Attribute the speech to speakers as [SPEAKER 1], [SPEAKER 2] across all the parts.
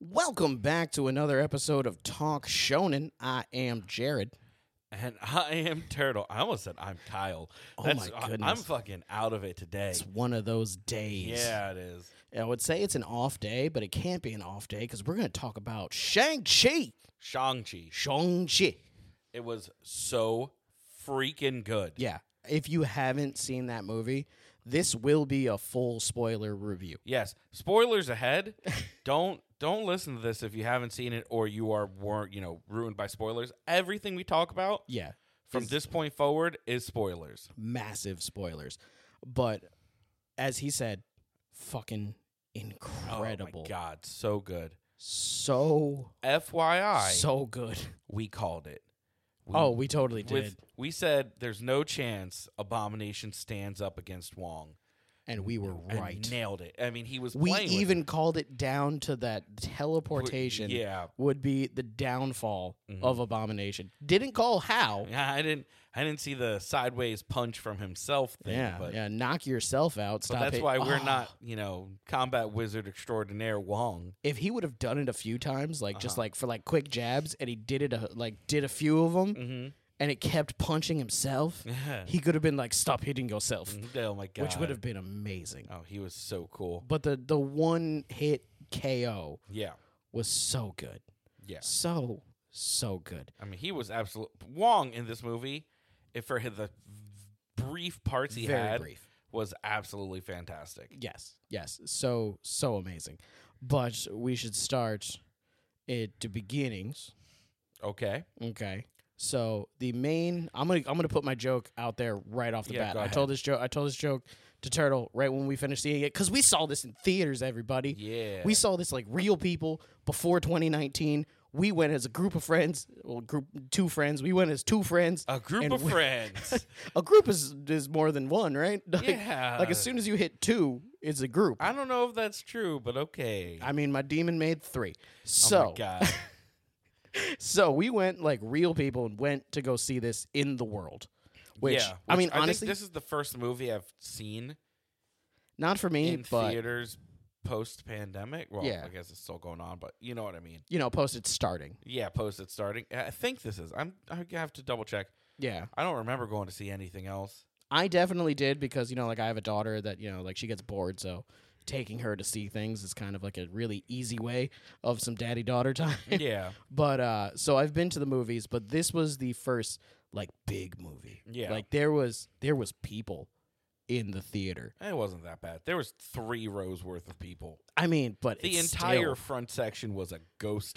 [SPEAKER 1] Welcome back to another episode of Talk Shonen. I am Jared.
[SPEAKER 2] And I am Turtle. I almost said I'm Kyle.
[SPEAKER 1] Oh
[SPEAKER 2] That's-
[SPEAKER 1] my
[SPEAKER 2] I- I'm
[SPEAKER 1] goodness.
[SPEAKER 2] fucking out of it today.
[SPEAKER 1] It's one of those days.
[SPEAKER 2] Yeah, it is.
[SPEAKER 1] I would say it's an off day, but it can't be an off day because we're going to talk about Shang-Chi.
[SPEAKER 2] Shang-Chi.
[SPEAKER 1] Shang-Chi.
[SPEAKER 2] It was so freaking good.
[SPEAKER 1] Yeah. If you haven't seen that movie, this will be a full spoiler review.
[SPEAKER 2] Yes. Spoilers ahead. don't don't listen to this if you haven't seen it or you are weren't, you know, ruined by spoilers. Everything we talk about
[SPEAKER 1] Yeah.
[SPEAKER 2] from this point forward is spoilers.
[SPEAKER 1] Massive spoilers. But as he said, fucking
[SPEAKER 2] Oh
[SPEAKER 1] incredible.
[SPEAKER 2] my god, so good.
[SPEAKER 1] So,
[SPEAKER 2] FYI,
[SPEAKER 1] so good.
[SPEAKER 2] we called it. We-
[SPEAKER 1] Oh, we totally did.
[SPEAKER 2] with, we said there's no chance Abomination stands up against Wong.
[SPEAKER 1] and we were
[SPEAKER 2] and
[SPEAKER 1] right.
[SPEAKER 2] nailed it. I mean, he was
[SPEAKER 1] We
[SPEAKER 2] playing with
[SPEAKER 1] even
[SPEAKER 2] it.
[SPEAKER 1] called it down to that teleportation.
[SPEAKER 2] yeah. Mm-hmm.
[SPEAKER 1] Would be the downfall of Abomination. Didn't call how.
[SPEAKER 2] Yeah, I didn't. I didn't see the sideways punch from himself thing.
[SPEAKER 1] yeah,
[SPEAKER 2] but,
[SPEAKER 1] yeah. Knock yourself out.
[SPEAKER 2] but
[SPEAKER 1] Stop.
[SPEAKER 2] that's
[SPEAKER 1] it.
[SPEAKER 2] why we're
[SPEAKER 1] Ah.
[SPEAKER 2] not, you know, combat wizard extraordinaire Wong.
[SPEAKER 1] If he would have done it a few times, like
[SPEAKER 2] Uh-huh.
[SPEAKER 1] just like for like quick jabs, and he did it, a, like did a few of
[SPEAKER 2] Mm.
[SPEAKER 1] them, and it kept punching himself, he could have been like, "Stop hitting yourself,"
[SPEAKER 2] Mm-hmm. Oh my god,
[SPEAKER 1] which would have been amazing.
[SPEAKER 2] Oh, he was so cool.
[SPEAKER 1] But the the one hit KO
[SPEAKER 2] Yeah,
[SPEAKER 1] was so good,
[SPEAKER 2] yeah.
[SPEAKER 1] so so good.
[SPEAKER 2] I mean, he was absolute Wong in this movie. If for hi- the brief parts he
[SPEAKER 1] Very
[SPEAKER 2] had,
[SPEAKER 1] brief.
[SPEAKER 2] was absolutely fantastic.
[SPEAKER 1] Yes, yes. So, so amazing. But we should start at the beginnings.
[SPEAKER 2] Okay,
[SPEAKER 1] Okay. So the main, I'm gonna, I'm gonna put my joke out there right off the
[SPEAKER 2] Yeah,
[SPEAKER 1] bat.
[SPEAKER 2] go
[SPEAKER 1] I told this joke, I told this joke to Turtle right when we finished seeing it because we saw this in theaters. Everybody,
[SPEAKER 2] Yeah.
[SPEAKER 1] we saw this like real people before 2019. We went as a group of friends, well, group two friends. We went as two friends.
[SPEAKER 2] a group
[SPEAKER 1] and
[SPEAKER 2] of
[SPEAKER 1] we-
[SPEAKER 2] friends.
[SPEAKER 1] A group is is more than one, right? Like, Like
[SPEAKER 2] Yeah.
[SPEAKER 1] as soon as you hit two, it's a group.
[SPEAKER 2] I don't know if that's true, but okay.
[SPEAKER 1] I mean, my demon made three.
[SPEAKER 2] oh
[SPEAKER 1] So,
[SPEAKER 2] my god.
[SPEAKER 1] so we went like real people and went to go see this in the world. Which,
[SPEAKER 2] yeah,
[SPEAKER 1] I
[SPEAKER 2] which
[SPEAKER 1] mean, honestly,
[SPEAKER 2] think this is the first movie I've seen
[SPEAKER 1] not for me,
[SPEAKER 2] in
[SPEAKER 1] Eh, but
[SPEAKER 2] theaters post pandemic. Well,
[SPEAKER 1] Yeah.
[SPEAKER 2] I guess it's still going on, but you know what I mean.
[SPEAKER 1] you know, post it's starting.
[SPEAKER 2] Yeah, post it starting. I I think this is. I'm. I have to double check.
[SPEAKER 1] Yeah,
[SPEAKER 2] I don't remember going to see anything else.
[SPEAKER 1] I definitely did because you know, like I have a daughter that you know, like she gets bored, so taking her to see things is kind of like a really easy way of some daddy daughter time.
[SPEAKER 2] Yeah,
[SPEAKER 1] But uh so I've been to the movies, but this was the first like big movie.
[SPEAKER 2] Yeah.
[SPEAKER 1] Like there was there was people in the theater.
[SPEAKER 2] it wasn't that bad. There was three rows worth of people.
[SPEAKER 1] I mean, but
[SPEAKER 2] The
[SPEAKER 1] it's
[SPEAKER 2] entire
[SPEAKER 1] still-
[SPEAKER 2] front section was a ghost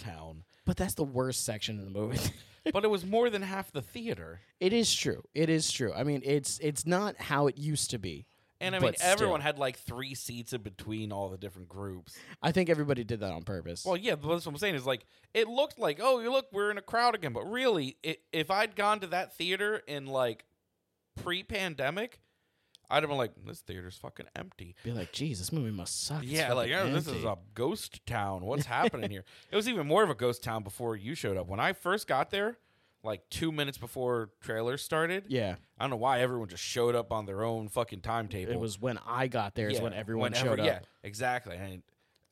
[SPEAKER 2] town,
[SPEAKER 1] But that's the worst section in the movie.
[SPEAKER 2] but it was more than half the theater.
[SPEAKER 1] it is true. It is true. I mean, it's it's not how it used to be.
[SPEAKER 2] And I mean,
[SPEAKER 1] but
[SPEAKER 2] everyone
[SPEAKER 1] still.
[SPEAKER 2] had like three seats in between all the different groups.
[SPEAKER 1] I think everybody did that on purpose.
[SPEAKER 2] Well, yeah, but that's what I'm saying is like it looked like oh, you look, we're in a crowd again. But really, i if I'd gone to that theater in like pre-pandemic, I'd have been like, this theater's fucking empty.
[SPEAKER 1] be like, geez, this movie must suck. It's
[SPEAKER 2] yeah, like
[SPEAKER 1] fucking
[SPEAKER 2] oh, this is
[SPEAKER 1] empty."
[SPEAKER 2] a ghost town. What's happening here? It was even more of a ghost town before you showed up. When I first got there, like two minutes before trailers started,
[SPEAKER 1] yeah.
[SPEAKER 2] I don't know why everyone just showed up on their own fucking timetable.
[SPEAKER 1] It was when I got there is
[SPEAKER 2] Yeah,
[SPEAKER 1] when everyone
[SPEAKER 2] whenever-
[SPEAKER 1] showed up.
[SPEAKER 2] Yeah, exactly. And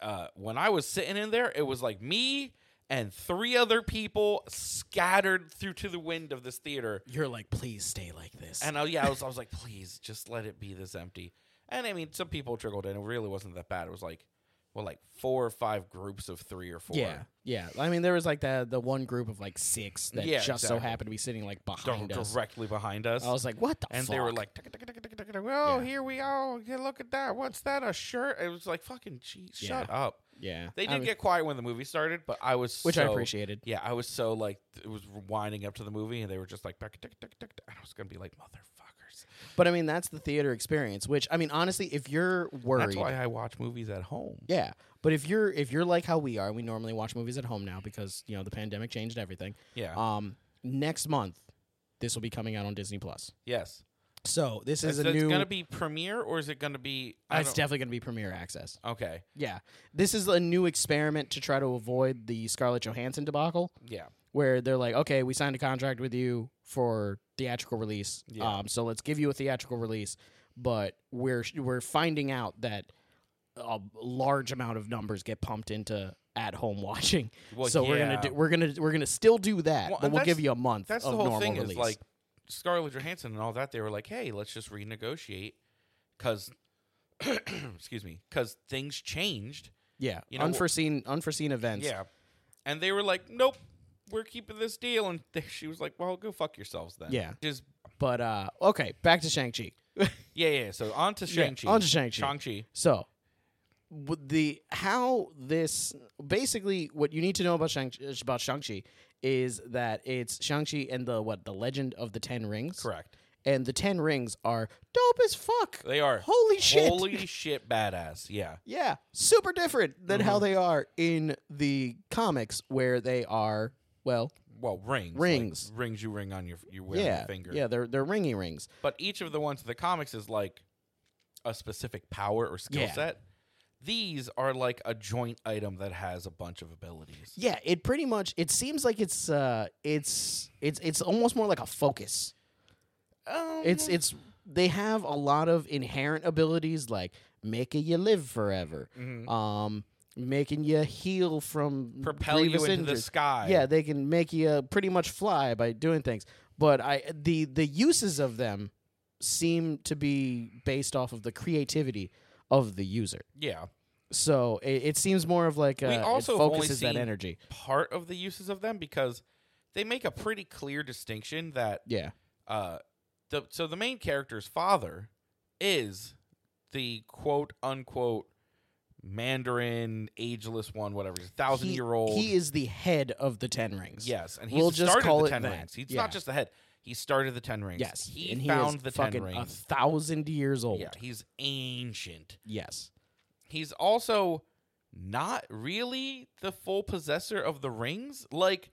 [SPEAKER 2] uh, when I was sitting in there, it was like me and three other people scattered through to the wind of this theater.
[SPEAKER 1] You're like, please stay like this.
[SPEAKER 2] And I, yeah, I was, I was like, please, just let it be this empty. And I mean, some people trickled in. It really wasn't that bad. It was like well, like four or five groups of three or four.
[SPEAKER 1] Yeah, yeah. I mean, there was like the the one group of like six that
[SPEAKER 2] Yeah,
[SPEAKER 1] just so
[SPEAKER 2] exactly.
[SPEAKER 1] happened to be sitting like
[SPEAKER 2] Dir-
[SPEAKER 1] behind us.
[SPEAKER 2] directly behind us.
[SPEAKER 1] I was like, "What the?"
[SPEAKER 2] and they were
[SPEAKER 1] fuck?
[SPEAKER 2] like, "Tick, tick, tick, tick, tick, tick, "Oh,
[SPEAKER 1] Yeah.
[SPEAKER 2] here we are! Yeah, look at that! What's that? A shirt?" It was like, "Fucking, geez, shut up!"
[SPEAKER 1] "Yeah."
[SPEAKER 2] They
[SPEAKER 1] I
[SPEAKER 2] did
[SPEAKER 1] mean,
[SPEAKER 2] get quiet when the movie started, but I was
[SPEAKER 1] which I
[SPEAKER 2] so-
[SPEAKER 1] appreciated.
[SPEAKER 2] Yeah, I was so like it was winding up to the movie, and they were just like, "Tick, tick, tick, tick," and I was gonna be like, "Motherfuckers!"
[SPEAKER 1] But I mean, that's the theater experience. Which I mean, honestly, if you're worried,
[SPEAKER 2] That's why I watch movies at home.
[SPEAKER 1] yeah. But if you're if you're like how we are, we normally watch movies at home now because you know the pandemic changed everything.
[SPEAKER 2] Yeah.
[SPEAKER 1] Um, next month, this will be coming out on Disney Plus.
[SPEAKER 2] yes.
[SPEAKER 1] So this is
[SPEAKER 2] Is
[SPEAKER 1] a
[SPEAKER 2] it
[SPEAKER 1] new.
[SPEAKER 2] gonna be premiere or is it gonna be? I
[SPEAKER 1] it's
[SPEAKER 2] don't-
[SPEAKER 1] definitely going to be premiere access.
[SPEAKER 2] okay.
[SPEAKER 1] Yeah, this is a new experiment to try to avoid the Scarlett Johansson debacle,
[SPEAKER 2] Yeah.
[SPEAKER 1] where they're like, "Okay, we signed a contract with you for theatrical release,
[SPEAKER 2] Yeah.
[SPEAKER 1] um, so let's give you a theatrical release." But we're we're finding out that a large amount of numbers get pumped into at home watching,
[SPEAKER 2] Well,
[SPEAKER 1] so we're gonna
[SPEAKER 2] yeah.
[SPEAKER 1] do, we're gonna we're gonna still do that,
[SPEAKER 2] Well,
[SPEAKER 1] but
[SPEAKER 2] and
[SPEAKER 1] we'll
[SPEAKER 2] that's-
[SPEAKER 1] give you a month.
[SPEAKER 2] That's
[SPEAKER 1] of
[SPEAKER 2] the whole
[SPEAKER 1] normal
[SPEAKER 2] thing
[SPEAKER 1] release.
[SPEAKER 2] is like Scarlett Johansson and all that. They were like, "Hey, let's just renegotiate," because excuse me, because things changed.
[SPEAKER 1] yeah,
[SPEAKER 2] you know,
[SPEAKER 1] unforeseen unforeseen events.
[SPEAKER 2] Yeah, and they were like, "Nope, we're keeping this deal." And they, she was like, "Well, go fuck yourselves then."
[SPEAKER 1] Yeah.
[SPEAKER 2] just
[SPEAKER 1] But uh, okay, back to Shang Chi.
[SPEAKER 2] yeah, yeah. So on to
[SPEAKER 1] Yeah,
[SPEAKER 2] Shang Chi.
[SPEAKER 1] on to Shang-Chi.
[SPEAKER 2] Shang Chi.
[SPEAKER 1] So, w- the how this basically what you need to know about Shang about Shang Chi is that it's Shang Chi and the what the Legend of the Ten Rings,
[SPEAKER 2] Correct.
[SPEAKER 1] And the Ten Rings are dope as fuck.
[SPEAKER 2] They are
[SPEAKER 1] Holy shit.
[SPEAKER 2] Holy shit, badass. Yeah.
[SPEAKER 1] yeah, super different than
[SPEAKER 2] Mm-hmm.
[SPEAKER 1] how they are in the comics, where they are well,
[SPEAKER 2] Well, rings. like
[SPEAKER 1] Rings.
[SPEAKER 2] rings you ring on your you wear on
[SPEAKER 1] yeah,
[SPEAKER 2] your finger.
[SPEAKER 1] yeah, they're they're ringy rings.
[SPEAKER 2] But each of the ones in the comics is like a specific power or skill
[SPEAKER 1] Yeah.
[SPEAKER 2] set. These are like a joint item that has a bunch of abilities.
[SPEAKER 1] Yeah, it pretty much it seems like it's uh it's it's it's almost more like a focus.
[SPEAKER 2] Um,
[SPEAKER 1] It's it's they have a lot of inherent abilities like making you live forever,
[SPEAKER 2] Mm-hmm.
[SPEAKER 1] um, making you heal from
[SPEAKER 2] propel you
[SPEAKER 1] grievous
[SPEAKER 2] into the
[SPEAKER 1] injuries.
[SPEAKER 2] sky.
[SPEAKER 1] Yeah, they can make you uh, pretty much fly by doing things. But I the the uses of them seem to be based off of the creativity of the user.
[SPEAKER 2] yeah.
[SPEAKER 1] So it, it seems more of like uh,
[SPEAKER 2] We
[SPEAKER 1] it
[SPEAKER 2] also have only
[SPEAKER 1] focuses that
[SPEAKER 2] seen-
[SPEAKER 1] energy.
[SPEAKER 2] Part of the uses of them because they make a pretty clear distinction that
[SPEAKER 1] Yeah,
[SPEAKER 2] uh, the so the main character's father is the quote unquote Mandarin ageless one, whatever, thousand
[SPEAKER 1] He-
[SPEAKER 2] year old.
[SPEAKER 1] He is the head of the Ten Rings.
[SPEAKER 2] Yes, and he
[SPEAKER 1] We'll just
[SPEAKER 2] started
[SPEAKER 1] call
[SPEAKER 2] the
[SPEAKER 1] it
[SPEAKER 2] ten
[SPEAKER 1] that.
[SPEAKER 2] rings. He's
[SPEAKER 1] Yeah.
[SPEAKER 2] not just the head. He started the ten rings.
[SPEAKER 1] Yes,
[SPEAKER 2] he
[SPEAKER 1] and
[SPEAKER 2] found
[SPEAKER 1] he is
[SPEAKER 2] the
[SPEAKER 1] fucking
[SPEAKER 2] ten
[SPEAKER 1] a
[SPEAKER 2] rings.
[SPEAKER 1] thousand years old.
[SPEAKER 2] Yeah, he's ancient.
[SPEAKER 1] Yes.
[SPEAKER 2] He's also not really the full possessor of the rings. Like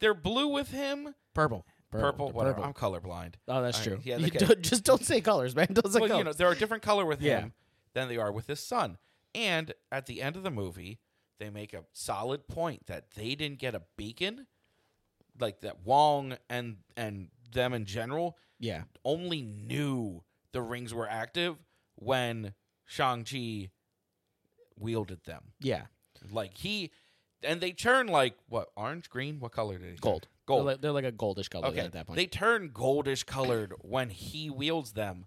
[SPEAKER 2] they're blue with him,
[SPEAKER 1] Purple.
[SPEAKER 2] purple,
[SPEAKER 1] They're
[SPEAKER 2] whatever. I'm colorblind.
[SPEAKER 1] Oh, that's
[SPEAKER 2] I-
[SPEAKER 1] true.
[SPEAKER 2] yeah,
[SPEAKER 1] You
[SPEAKER 2] okay.
[SPEAKER 1] don't- just don't say colors, man. Don't say
[SPEAKER 2] well,
[SPEAKER 1] colors.
[SPEAKER 2] you know, they're a different color with
[SPEAKER 1] Yeah.
[SPEAKER 2] him than they are with his son. And at the end of the movie, they make a solid point that they didn't get a beacon, like that Wong and and them in general
[SPEAKER 1] yeah.
[SPEAKER 2] only knew the rings were active when Shang Chi wielded them.
[SPEAKER 1] Yeah.
[SPEAKER 2] Like he, and they turn like what orange, green, what color did he? turn?
[SPEAKER 1] Gold.
[SPEAKER 2] gold.
[SPEAKER 1] They're like, they're like a goldish color
[SPEAKER 2] okay,
[SPEAKER 1] at that point.
[SPEAKER 2] they turn goldish colored when he wields them.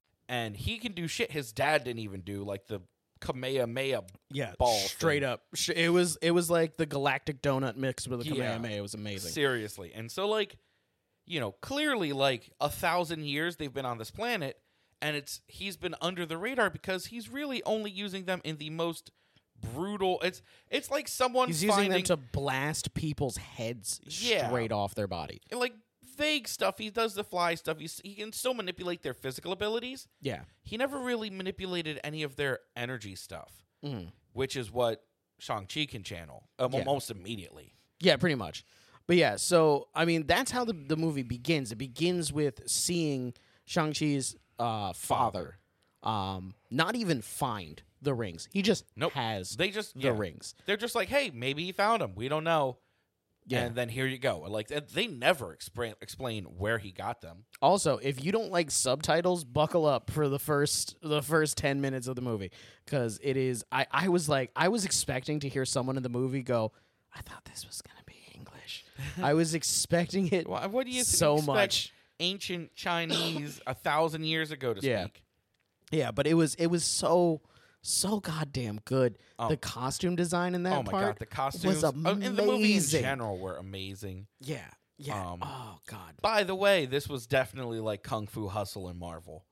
[SPEAKER 2] and he can do shit his dad didn't even do, like the Kamehameha.
[SPEAKER 1] yeah.
[SPEAKER 2] ball
[SPEAKER 1] Straight
[SPEAKER 2] thing.
[SPEAKER 1] up. Sh- It was it was like the galactic donut mixed with a
[SPEAKER 2] Yeah.
[SPEAKER 1] Kamehameha. It was amazing.
[SPEAKER 2] Seriously. And so, like, you know, clearly, like, a thousand years they've been on this planet, and it's he's been under the radar because he's really only using them in the most brutal. It's it's like someone
[SPEAKER 1] He's using them
[SPEAKER 2] finding,
[SPEAKER 1] to blast people's heads
[SPEAKER 2] Yeah.
[SPEAKER 1] straight off their body.
[SPEAKER 2] like vague stuff. He does the fly stuff. He's, he can still manipulate their physical abilities.
[SPEAKER 1] Yeah.
[SPEAKER 2] He never really manipulated any of their energy stuff,
[SPEAKER 1] Mm.
[SPEAKER 2] which is what Shang Chi can channel um,
[SPEAKER 1] Yeah.
[SPEAKER 2] almost immediately.
[SPEAKER 1] Yeah, pretty much. But yeah, so I mean, that's how the, the movie begins. It begins with seeing Shang Chi's uh, father, um, not even find, the rings. He just
[SPEAKER 2] Nope.
[SPEAKER 1] has
[SPEAKER 2] They just
[SPEAKER 1] the
[SPEAKER 2] yeah.
[SPEAKER 1] rings.
[SPEAKER 2] They're just like, hey, maybe he found them. We don't know.
[SPEAKER 1] Yeah.
[SPEAKER 2] And then here you go. Like th- they never explain explain where he got them.
[SPEAKER 1] Also, if you don't like subtitles, buckle up for the first the first ten minutes of the movie because it is. I I was like I was expecting to hear someone in the movie go, I thought this was gonna be English. I was expecting it.
[SPEAKER 2] Wha- What do you
[SPEAKER 1] so
[SPEAKER 2] expect
[SPEAKER 1] much?
[SPEAKER 2] ancient Chinese a thousand years ago to
[SPEAKER 1] Yeah.
[SPEAKER 2] speak?
[SPEAKER 1] Yeah, but it was it was so so goddamn good.
[SPEAKER 2] Oh.
[SPEAKER 1] The costume design in that
[SPEAKER 2] oh my
[SPEAKER 1] part
[SPEAKER 2] god, the costumes
[SPEAKER 1] was
[SPEAKER 2] uh,
[SPEAKER 1] amazing.
[SPEAKER 2] and the movie in general were amazing.
[SPEAKER 1] Yeah, yeah.
[SPEAKER 2] Um,
[SPEAKER 1] oh god.
[SPEAKER 2] By the way, this was definitely like Kung Fu Hustle and Marvel.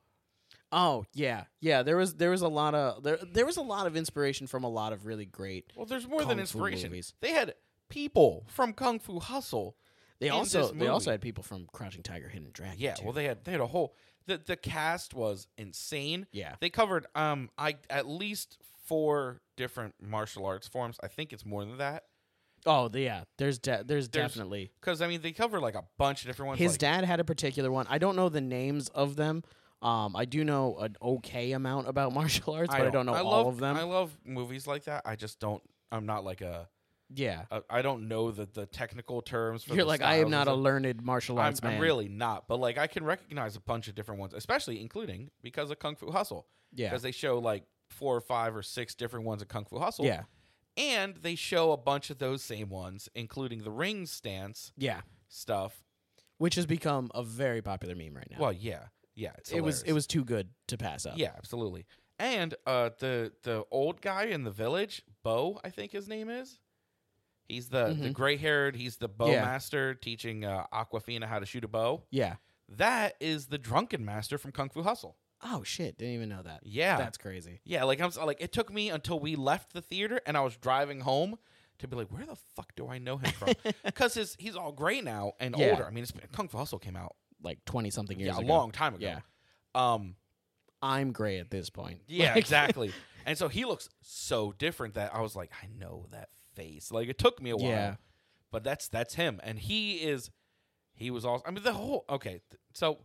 [SPEAKER 1] Oh yeah, yeah. There was there was a lot of there there was a lot of inspiration from a lot of really great.
[SPEAKER 2] Well, there's more
[SPEAKER 1] Kung
[SPEAKER 2] than
[SPEAKER 1] Fu
[SPEAKER 2] inspiration.
[SPEAKER 1] movies.
[SPEAKER 2] They had people from Kung Fu Hustle.
[SPEAKER 1] They
[SPEAKER 2] in
[SPEAKER 1] also
[SPEAKER 2] this
[SPEAKER 1] they also
[SPEAKER 2] movie.
[SPEAKER 1] had people from Crouching Tiger, Hidden Dragon.
[SPEAKER 2] Yeah,
[SPEAKER 1] too.
[SPEAKER 2] well, they had they had a whole the the cast was insane.
[SPEAKER 1] Yeah.
[SPEAKER 2] they covered um I at least four different martial arts forms. I think it's more than that
[SPEAKER 1] oh the- yeah. There's de- there's,
[SPEAKER 2] There's
[SPEAKER 1] definitely
[SPEAKER 2] because I mean they cover like a bunch of different ones.
[SPEAKER 1] his
[SPEAKER 2] like,
[SPEAKER 1] dad had a particular one. I don't know the names of them. Um, I do know an okay amount about martial arts, but I don't, know all
[SPEAKER 2] love,
[SPEAKER 1] of them.
[SPEAKER 2] I love movies like that. I just don't. I'm not like a.
[SPEAKER 1] yeah,
[SPEAKER 2] I, I don't know the the technical terms. For
[SPEAKER 1] you're
[SPEAKER 2] the
[SPEAKER 1] like I am
[SPEAKER 2] styles and
[SPEAKER 1] not a
[SPEAKER 2] stuff.
[SPEAKER 1] learned martial
[SPEAKER 2] I'm,
[SPEAKER 1] arts
[SPEAKER 2] I'm
[SPEAKER 1] man.
[SPEAKER 2] really not, but like I can recognize a bunch of different ones, especially including because of Kung Fu Hustle.
[SPEAKER 1] Yeah.
[SPEAKER 2] because they show like four or five or six different ones of Kung Fu Hustle.
[SPEAKER 1] Yeah.
[SPEAKER 2] and they show a bunch of those same ones, including the ring stance
[SPEAKER 1] Yeah,
[SPEAKER 2] stuff.
[SPEAKER 1] which has become a very popular meme right now.
[SPEAKER 2] Well, yeah, yeah, it's
[SPEAKER 1] it was it
[SPEAKER 2] hilarious.
[SPEAKER 1] was too good to pass up.
[SPEAKER 2] yeah, absolutely. And uh, the the old guy in the village, Bo, I think his name is. He's the the gray haired. He's the bow
[SPEAKER 1] Mm-hmm. Yeah.
[SPEAKER 2] master teaching uh, Aquafina how to shoot a bow.
[SPEAKER 1] yeah.
[SPEAKER 2] That is the drunken master from Kung Fu Hustle.
[SPEAKER 1] Oh shit! Didn't even know that.
[SPEAKER 2] Yeah.
[SPEAKER 1] that's crazy.
[SPEAKER 2] Yeah, like I'm s- like it took me until we left the theater and I was driving home to be like, where the fuck do I know him from? Because his he's all gray now and
[SPEAKER 1] Yeah.
[SPEAKER 2] older. I mean, it's been, Kung Fu Hustle came out
[SPEAKER 1] Like twenty something years
[SPEAKER 2] yeah, a
[SPEAKER 1] ago.
[SPEAKER 2] long time ago.
[SPEAKER 1] Yeah.
[SPEAKER 2] Um.
[SPEAKER 1] I'm gray at this point.
[SPEAKER 2] Yeah.
[SPEAKER 1] Like-
[SPEAKER 2] Exactly. and so he looks so different that I was like, I know that face. Like it took me a while.
[SPEAKER 1] Yeah.
[SPEAKER 2] But that's that's him, and he is. He was all. I mean, the whole. Okay, th- so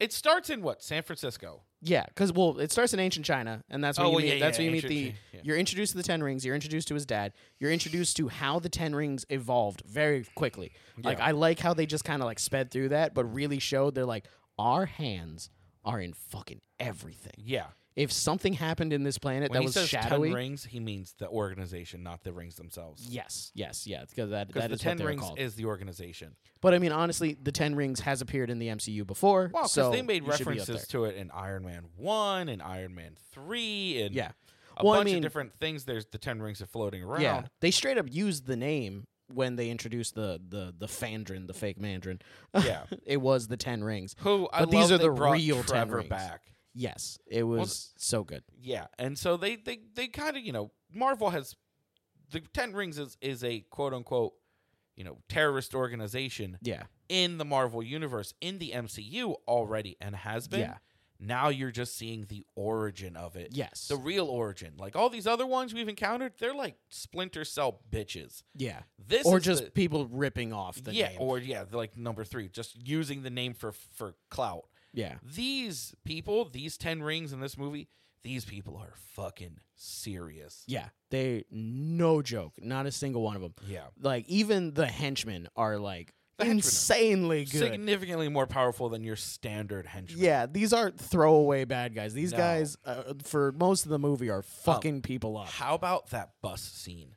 [SPEAKER 2] it starts in what San Francisco.
[SPEAKER 1] Yeah, because well, it starts in ancient China, and that's where
[SPEAKER 2] Oh,
[SPEAKER 1] you
[SPEAKER 2] well,
[SPEAKER 1] meet.
[SPEAKER 2] yeah,
[SPEAKER 1] that's
[SPEAKER 2] yeah,
[SPEAKER 1] where you meet
[SPEAKER 2] ancient
[SPEAKER 1] the.
[SPEAKER 2] Chi- yeah.
[SPEAKER 1] You're introduced to the Ten Rings. You're introduced to his dad. You're introduced to how the Ten Rings evolved very quickly. Like I like how they just kind of like sped through that, but really showed they're like our hands are in fucking everything.
[SPEAKER 2] Yeah.
[SPEAKER 1] If something happened in this planet
[SPEAKER 2] When
[SPEAKER 1] that
[SPEAKER 2] he
[SPEAKER 1] was
[SPEAKER 2] says
[SPEAKER 1] shadowy,
[SPEAKER 2] ten rings, he means the organization, not the rings themselves.
[SPEAKER 1] yes, yes, yeah, because that
[SPEAKER 2] Because
[SPEAKER 1] that
[SPEAKER 2] the
[SPEAKER 1] is
[SPEAKER 2] Ten
[SPEAKER 1] what they're
[SPEAKER 2] Rings
[SPEAKER 1] called.
[SPEAKER 2] is the organization.
[SPEAKER 1] But I mean, honestly, the Ten Rings has appeared in the MCU before.
[SPEAKER 2] Well, because
[SPEAKER 1] so
[SPEAKER 2] they made
[SPEAKER 1] you should be up there.
[SPEAKER 2] references to it in Iron Man One and Iron Man Three, and
[SPEAKER 1] Yeah.
[SPEAKER 2] a
[SPEAKER 1] Well, I
[SPEAKER 2] bunch
[SPEAKER 1] mean-
[SPEAKER 2] of different things. There's the Ten Rings are floating around.
[SPEAKER 1] Yeah, they straight up used the name when they introduced the the the Fandrin, the fake Mandarin.
[SPEAKER 2] Yeah.
[SPEAKER 1] it was the Ten Rings.
[SPEAKER 2] Who? I
[SPEAKER 1] But these
[SPEAKER 2] love
[SPEAKER 1] are
[SPEAKER 2] they
[SPEAKER 1] the
[SPEAKER 2] brought
[SPEAKER 1] real Ten
[SPEAKER 2] Trevor
[SPEAKER 1] Rings.
[SPEAKER 2] back.
[SPEAKER 1] Yes, it was so good.
[SPEAKER 2] Yeah, and so they they they kind of you know Marvel has the Ten Rings is is a quote unquote you know terrorist organization
[SPEAKER 1] Yeah,
[SPEAKER 2] in the Marvel universe in the MCU already and has been.
[SPEAKER 1] Yeah.
[SPEAKER 2] Now you're just seeing the origin of it.
[SPEAKER 1] Yes.
[SPEAKER 2] The real origin. Like all these other ones we've encountered, they're like splinter cell bitches.
[SPEAKER 1] yeah.
[SPEAKER 2] This
[SPEAKER 1] or
[SPEAKER 2] is
[SPEAKER 1] just
[SPEAKER 2] the-
[SPEAKER 1] people ripping off the
[SPEAKER 2] yeah,
[SPEAKER 1] name.
[SPEAKER 2] or yeah, they're like number three, just using the name for for clout.
[SPEAKER 1] yeah,
[SPEAKER 2] These people, these ten rings in this movie, these people are fucking serious.
[SPEAKER 1] yeah. They no joke, not a single one of them.
[SPEAKER 2] Yeah.
[SPEAKER 1] Like even the henchmen are like
[SPEAKER 2] The henchmen are
[SPEAKER 1] insanely good.
[SPEAKER 2] Significantly more powerful than your standard henchman.
[SPEAKER 1] yeah, these aren't throwaway bad guys. These
[SPEAKER 2] No. Oh,
[SPEAKER 1] guys, uh, for most of the movie, are fucking people up.
[SPEAKER 2] How about that bus scene?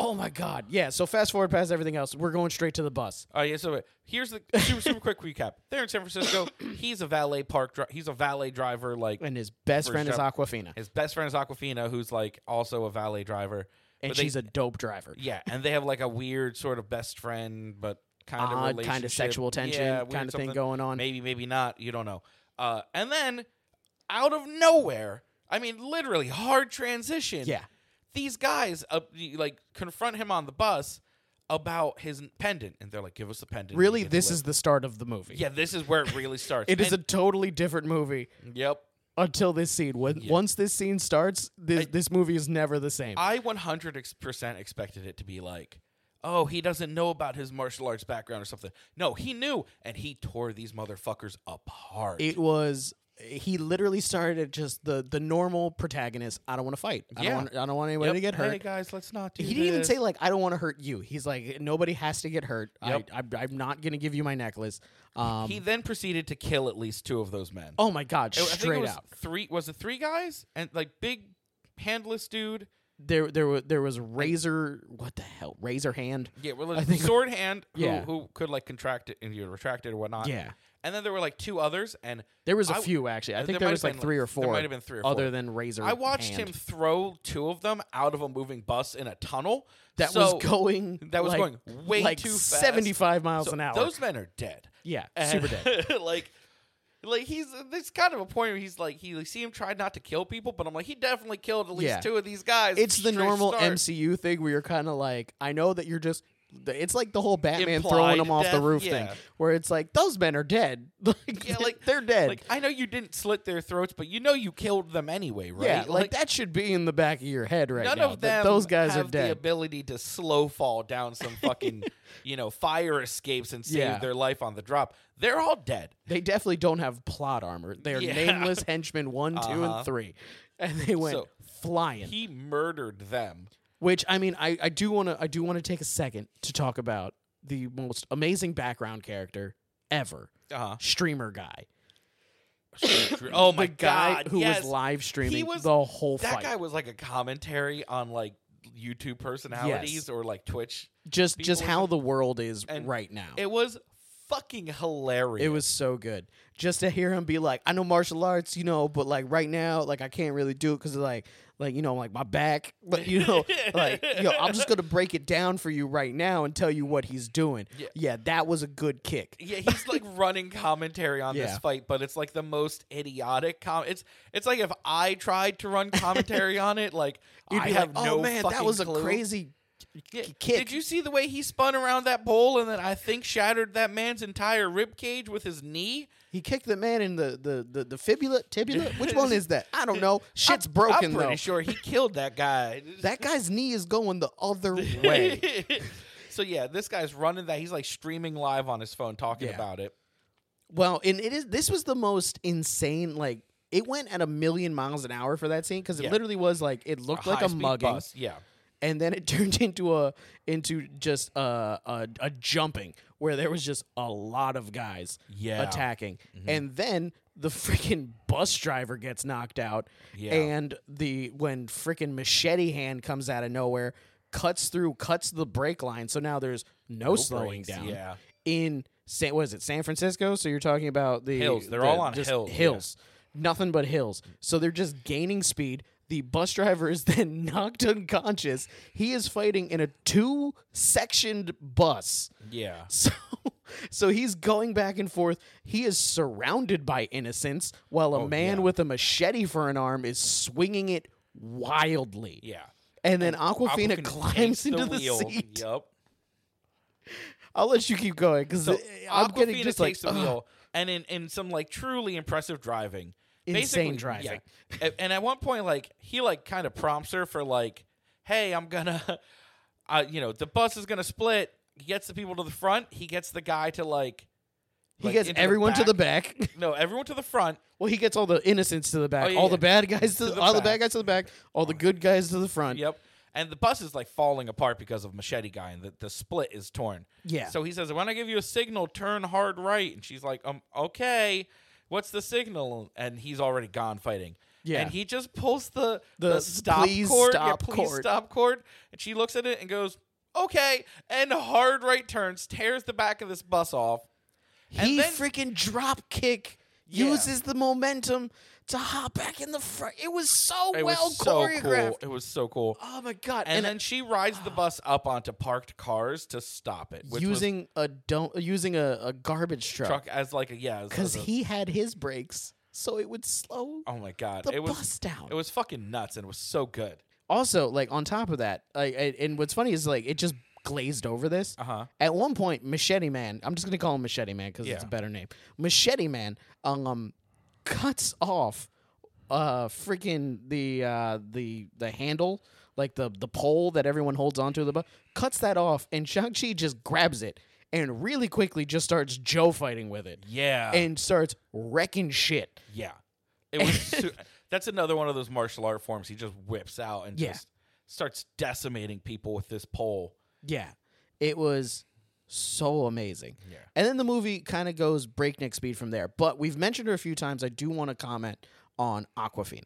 [SPEAKER 1] Oh my god. Yeah, so fast forward past everything else. We're going straight to the bus.
[SPEAKER 2] Oh yeah. So wait, here's the super, super quick recap. They're in San Francisco. He's a valet park. Dri- he's a valet driver. Like
[SPEAKER 1] And his best
[SPEAKER 2] For
[SPEAKER 1] friend is
[SPEAKER 2] sure.
[SPEAKER 1] Aquafina.
[SPEAKER 2] his best friend is Aquafina, who's like also a valet driver.
[SPEAKER 1] And
[SPEAKER 2] But they-
[SPEAKER 1] she's a dope driver.
[SPEAKER 2] yeah, and they have like a weird sort of best friend, but kind of
[SPEAKER 1] Odd kind of
[SPEAKER 2] relationship.
[SPEAKER 1] sexual tension
[SPEAKER 2] Yeah,
[SPEAKER 1] kind
[SPEAKER 2] weird
[SPEAKER 1] of thing
[SPEAKER 2] something.
[SPEAKER 1] going on.
[SPEAKER 2] Maybe, maybe not. You don't know. Uh, and then out of nowhere, I mean, literally hard transition.
[SPEAKER 1] Yeah.
[SPEAKER 2] these guys uh, like confront him on the bus about his pendant, and they're like, "Give us the pendant." and you
[SPEAKER 1] Really,
[SPEAKER 2] get to
[SPEAKER 1] this
[SPEAKER 2] live."
[SPEAKER 1] is the start of the movie.
[SPEAKER 2] Yeah, this is where it really starts.
[SPEAKER 1] It is
[SPEAKER 2] And-
[SPEAKER 1] a totally different movie
[SPEAKER 2] yep.
[SPEAKER 1] until this scene. When once this scene starts, this, this movie is never the same.
[SPEAKER 2] I 100% expected it to be like, oh, he doesn't know about his martial arts background or something. No, he knew, and he tore these motherfuckers apart.
[SPEAKER 1] it was he literally started at just the the normal protagonist. I don't want to fight. I
[SPEAKER 2] Yeah.
[SPEAKER 1] don't want, I don't want anybody
[SPEAKER 2] Yep.
[SPEAKER 1] to get hurt.
[SPEAKER 2] Hey guys, let's not do
[SPEAKER 1] he didn't even
[SPEAKER 2] this.
[SPEAKER 1] say like I don't want to hurt you. He's like nobody has to get hurt.
[SPEAKER 2] Yep.
[SPEAKER 1] I, I I'm not gonna give you my necklace. Um.
[SPEAKER 2] He then proceeded to kill at least two of those men.
[SPEAKER 1] oh my god!
[SPEAKER 2] I- I think it
[SPEAKER 1] Straight
[SPEAKER 2] was
[SPEAKER 1] out.
[SPEAKER 2] Three was it three guys and like big handless dude.
[SPEAKER 1] There there was there was razor. What the hell? Razor hand.
[SPEAKER 2] Yeah, well,
[SPEAKER 1] I think-
[SPEAKER 2] sword hand who,
[SPEAKER 1] Yeah.
[SPEAKER 2] who could like contract it and you know, retract it or whatnot.
[SPEAKER 1] Yeah.
[SPEAKER 2] And then there were like two others and
[SPEAKER 1] There was a
[SPEAKER 2] I-
[SPEAKER 1] few actually. I
[SPEAKER 2] uh,
[SPEAKER 1] think there,
[SPEAKER 2] there might
[SPEAKER 1] was
[SPEAKER 2] have
[SPEAKER 1] like
[SPEAKER 2] been,
[SPEAKER 1] three or
[SPEAKER 2] like- there
[SPEAKER 1] four.
[SPEAKER 2] might have been three or
[SPEAKER 1] other
[SPEAKER 2] four.
[SPEAKER 1] than razor.
[SPEAKER 2] I watched
[SPEAKER 1] hand.
[SPEAKER 2] him throw two of them out of a moving bus in a tunnel.
[SPEAKER 1] That
[SPEAKER 2] So-
[SPEAKER 1] was going.
[SPEAKER 2] That was
[SPEAKER 1] like-
[SPEAKER 2] going way
[SPEAKER 1] like
[SPEAKER 2] too fast.
[SPEAKER 1] Seventy-five miles
[SPEAKER 2] So
[SPEAKER 1] an hour.
[SPEAKER 2] Those men are dead.
[SPEAKER 1] yeah,
[SPEAKER 2] And,
[SPEAKER 1] super dead.
[SPEAKER 2] like, like he's there's kind of a point where he's like he like, see him try not to kill people, but I'm like he definitely killed at least
[SPEAKER 1] Yeah.
[SPEAKER 2] two of these guys.
[SPEAKER 1] it's the
[SPEAKER 2] straight
[SPEAKER 1] normal
[SPEAKER 2] start.
[SPEAKER 1] MCU thing where you're kind of like, I know that you're just. It's like the whole Batman
[SPEAKER 2] Implied
[SPEAKER 1] throwing them off the
[SPEAKER 2] death,
[SPEAKER 1] roof
[SPEAKER 2] yeah.
[SPEAKER 1] thing, where it's like those men are dead. like,
[SPEAKER 2] Yeah, like
[SPEAKER 1] they're dead.
[SPEAKER 2] Like I know you didn't slit their throats, but you know you killed them anyway, right?
[SPEAKER 1] Yeah, like, that should be in the back of your head right
[SPEAKER 2] None
[SPEAKER 1] now.
[SPEAKER 2] of
[SPEAKER 1] that
[SPEAKER 2] them.
[SPEAKER 1] those guys
[SPEAKER 2] have
[SPEAKER 1] are
[SPEAKER 2] The
[SPEAKER 1] dead.
[SPEAKER 2] ability to slow fall down some fucking, you know, fire escapes and save
[SPEAKER 1] Yeah.
[SPEAKER 2] their life on the drop. They're all dead.
[SPEAKER 1] they definitely don't have plot armor. They're
[SPEAKER 2] Yeah.
[SPEAKER 1] nameless henchmen one, two,
[SPEAKER 2] Uh-huh.
[SPEAKER 1] and three, and they went
[SPEAKER 2] So,
[SPEAKER 1] flying.
[SPEAKER 2] He murdered them.
[SPEAKER 1] Which I mean, I, I do want to I do want to take a second to talk about the most amazing background character ever,
[SPEAKER 2] Uh-huh.
[SPEAKER 1] streamer guy.
[SPEAKER 2] oh my
[SPEAKER 1] the guy
[SPEAKER 2] god!
[SPEAKER 1] who
[SPEAKER 2] yes.
[SPEAKER 1] was live streaming
[SPEAKER 2] He was-
[SPEAKER 1] the whole
[SPEAKER 2] that
[SPEAKER 1] fight.
[SPEAKER 2] guy was like a commentary on like YouTube personalities
[SPEAKER 1] Yes.
[SPEAKER 2] or like Twitch.
[SPEAKER 1] just
[SPEAKER 2] people
[SPEAKER 1] just
[SPEAKER 2] with
[SPEAKER 1] how
[SPEAKER 2] him.
[SPEAKER 1] the world is
[SPEAKER 2] And
[SPEAKER 1] right now. It,
[SPEAKER 2] It was fucking hilarious.
[SPEAKER 1] was so good. Just to hear him be like, I know martial arts, you know, but like right now, like I can't really do it because like, like you know, like my back, but you know, like yo, I'm just gonna break it down for you right now and tell you what he's doing. Yeah,
[SPEAKER 2] Yeah.
[SPEAKER 1] that was a good kick.
[SPEAKER 2] Yeah, he's like running commentary on
[SPEAKER 1] Yeah.
[SPEAKER 2] this fight, but it's like the most idiotic com. It's it's like if I tried to run commentary on it, like
[SPEAKER 1] You'd
[SPEAKER 2] I
[SPEAKER 1] be like,
[SPEAKER 2] have
[SPEAKER 1] oh
[SPEAKER 2] no
[SPEAKER 1] man, that
[SPEAKER 2] fucking
[SPEAKER 1] was a
[SPEAKER 2] clue."
[SPEAKER 1] crazy
[SPEAKER 2] Yeah,
[SPEAKER 1] k- kick.
[SPEAKER 2] Did you see the way he spun around that pole and then I think shattered that man's entire rib cage with his knee?
[SPEAKER 1] He kicked the man in the the the, the fibula, tibula. Which one is that? I don't know. Shit's broken
[SPEAKER 2] I'm pretty
[SPEAKER 1] though.
[SPEAKER 2] sure he killed that guy.
[SPEAKER 1] That guy's knee is going the other way.
[SPEAKER 2] so yeah, this guy's running that. He's like streaming live on his phone talking
[SPEAKER 1] Yeah.
[SPEAKER 2] about it.
[SPEAKER 1] Well, and it is this was the most insane like it went at a million miles an hour for that scene because it
[SPEAKER 2] Yeah.
[SPEAKER 1] literally was like it looked like a
[SPEAKER 2] high-speed
[SPEAKER 1] mugging,
[SPEAKER 2] bus, Yeah.
[SPEAKER 1] and then it turned into a into just a, a a jumping where there was just a lot of guys
[SPEAKER 2] Yeah. Mm-hmm.
[SPEAKER 1] attacking, and then the freaking bus driver gets knocked out,
[SPEAKER 2] Yeah.
[SPEAKER 1] and the when freaking machete hand comes out of nowhere, cuts through, cuts the brake line, so now there's no, slowing
[SPEAKER 2] brakes,
[SPEAKER 1] down
[SPEAKER 2] Yeah.
[SPEAKER 1] in San what is it, San Francisco? So you're talking about the
[SPEAKER 2] Hills. They're
[SPEAKER 1] the-
[SPEAKER 2] all on
[SPEAKER 1] just
[SPEAKER 2] hills, yeah.
[SPEAKER 1] Hills. Nothing but hills. So they're just gaining speed. The bus driver is then knocked unconscious. He is fighting in a two sectioned bus.
[SPEAKER 2] Yeah.
[SPEAKER 1] So so he's going back and forth. He is surrounded by innocents while a
[SPEAKER 2] Oh,
[SPEAKER 1] man with a machete for an arm is swinging it wildly.
[SPEAKER 2] Yeah.
[SPEAKER 1] And then Aquafina,
[SPEAKER 2] Aquafina takes
[SPEAKER 1] climbs into the,
[SPEAKER 2] wheel.
[SPEAKER 1] seat.
[SPEAKER 2] Yep.
[SPEAKER 1] I'll let you keep going because
[SPEAKER 2] So
[SPEAKER 1] eh, I'm
[SPEAKER 2] Aquafina
[SPEAKER 1] getting just like
[SPEAKER 2] takes the
[SPEAKER 1] ugh.
[SPEAKER 2] wheel, and in, in some like truly impressive driving,
[SPEAKER 1] Insane
[SPEAKER 2] basically-
[SPEAKER 1] driving.
[SPEAKER 2] Yeah, A- and at one point, like he like kind of prompts her for like, "Hey, I'm gonna, uh, you know, the bus is gonna split." He gets the people to the front. He gets the guy to like.
[SPEAKER 1] He
[SPEAKER 2] like,
[SPEAKER 1] gets
[SPEAKER 2] into
[SPEAKER 1] everyone to the back.
[SPEAKER 2] No, everyone to the front.
[SPEAKER 1] Well, he gets all the innocents to the back,
[SPEAKER 2] Oh, yeah,
[SPEAKER 1] all the
[SPEAKER 2] yeah.
[SPEAKER 1] bad guys to,
[SPEAKER 2] To
[SPEAKER 1] the,
[SPEAKER 2] the
[SPEAKER 1] all the
[SPEAKER 2] back.
[SPEAKER 1] bad guys to the back, all the good guys to the front.
[SPEAKER 2] Yep. And the bus is like falling apart because of Machete Guy, and the, the split is torn.
[SPEAKER 1] Yeah.
[SPEAKER 2] So he says, When I give you a signal, turn hard right. And she's like, Um, okay. What's the signal? And he's already gone fighting.
[SPEAKER 1] Yeah.
[SPEAKER 2] And he just pulls the,
[SPEAKER 1] The
[SPEAKER 2] the,
[SPEAKER 1] s-
[SPEAKER 2] stop
[SPEAKER 1] please
[SPEAKER 2] cord.
[SPEAKER 1] stop
[SPEAKER 2] yeah, please
[SPEAKER 1] cord.
[SPEAKER 2] stop cord. And she looks at it and goes, Okay. And hard right turns, tears the back of this bus off. And
[SPEAKER 1] He
[SPEAKER 2] then-
[SPEAKER 1] freaking drop kick
[SPEAKER 2] Yeah.
[SPEAKER 1] uses the momentum to hop back in the front. It was so
[SPEAKER 2] It
[SPEAKER 1] well
[SPEAKER 2] was so
[SPEAKER 1] choreographed.
[SPEAKER 2] cool. It was so cool.
[SPEAKER 1] Oh my god!
[SPEAKER 2] And, then she rides the bus up onto parked cars to stop it. Which was
[SPEAKER 1] using a don't using a, a garbage truck
[SPEAKER 2] truck as like a yeah as-
[SPEAKER 1] because
[SPEAKER 2] as a-
[SPEAKER 1] he had his brakes, so it would slow
[SPEAKER 2] oh my god
[SPEAKER 1] the
[SPEAKER 2] it was
[SPEAKER 1] bus down.
[SPEAKER 2] it was fucking nuts and it was so good
[SPEAKER 1] also like on top of that like and- and what's funny is like it just glazed over this
[SPEAKER 2] Uh-huh.
[SPEAKER 1] at one point machete man i'm just gonna call him machete man because it's
[SPEAKER 2] Yeah.
[SPEAKER 1] a better name machete man um cuts off uh freaking the uh the the handle like the the pole that everyone holds onto the bu- cuts that off and shang-chi just grabs it and really quickly just starts joe fighting with it
[SPEAKER 2] yeah
[SPEAKER 1] and starts wrecking shit
[SPEAKER 2] yeah It was su- that's another one of those martial art forms he just whips out and
[SPEAKER 1] Yeah.
[SPEAKER 2] just starts decimating people with this pole.
[SPEAKER 1] Yeah. It was so amazing.
[SPEAKER 2] Yeah.
[SPEAKER 1] And then the movie kind of goes breakneck speed from there. But we've mentioned her a few times. I do want to comment on Aquafina.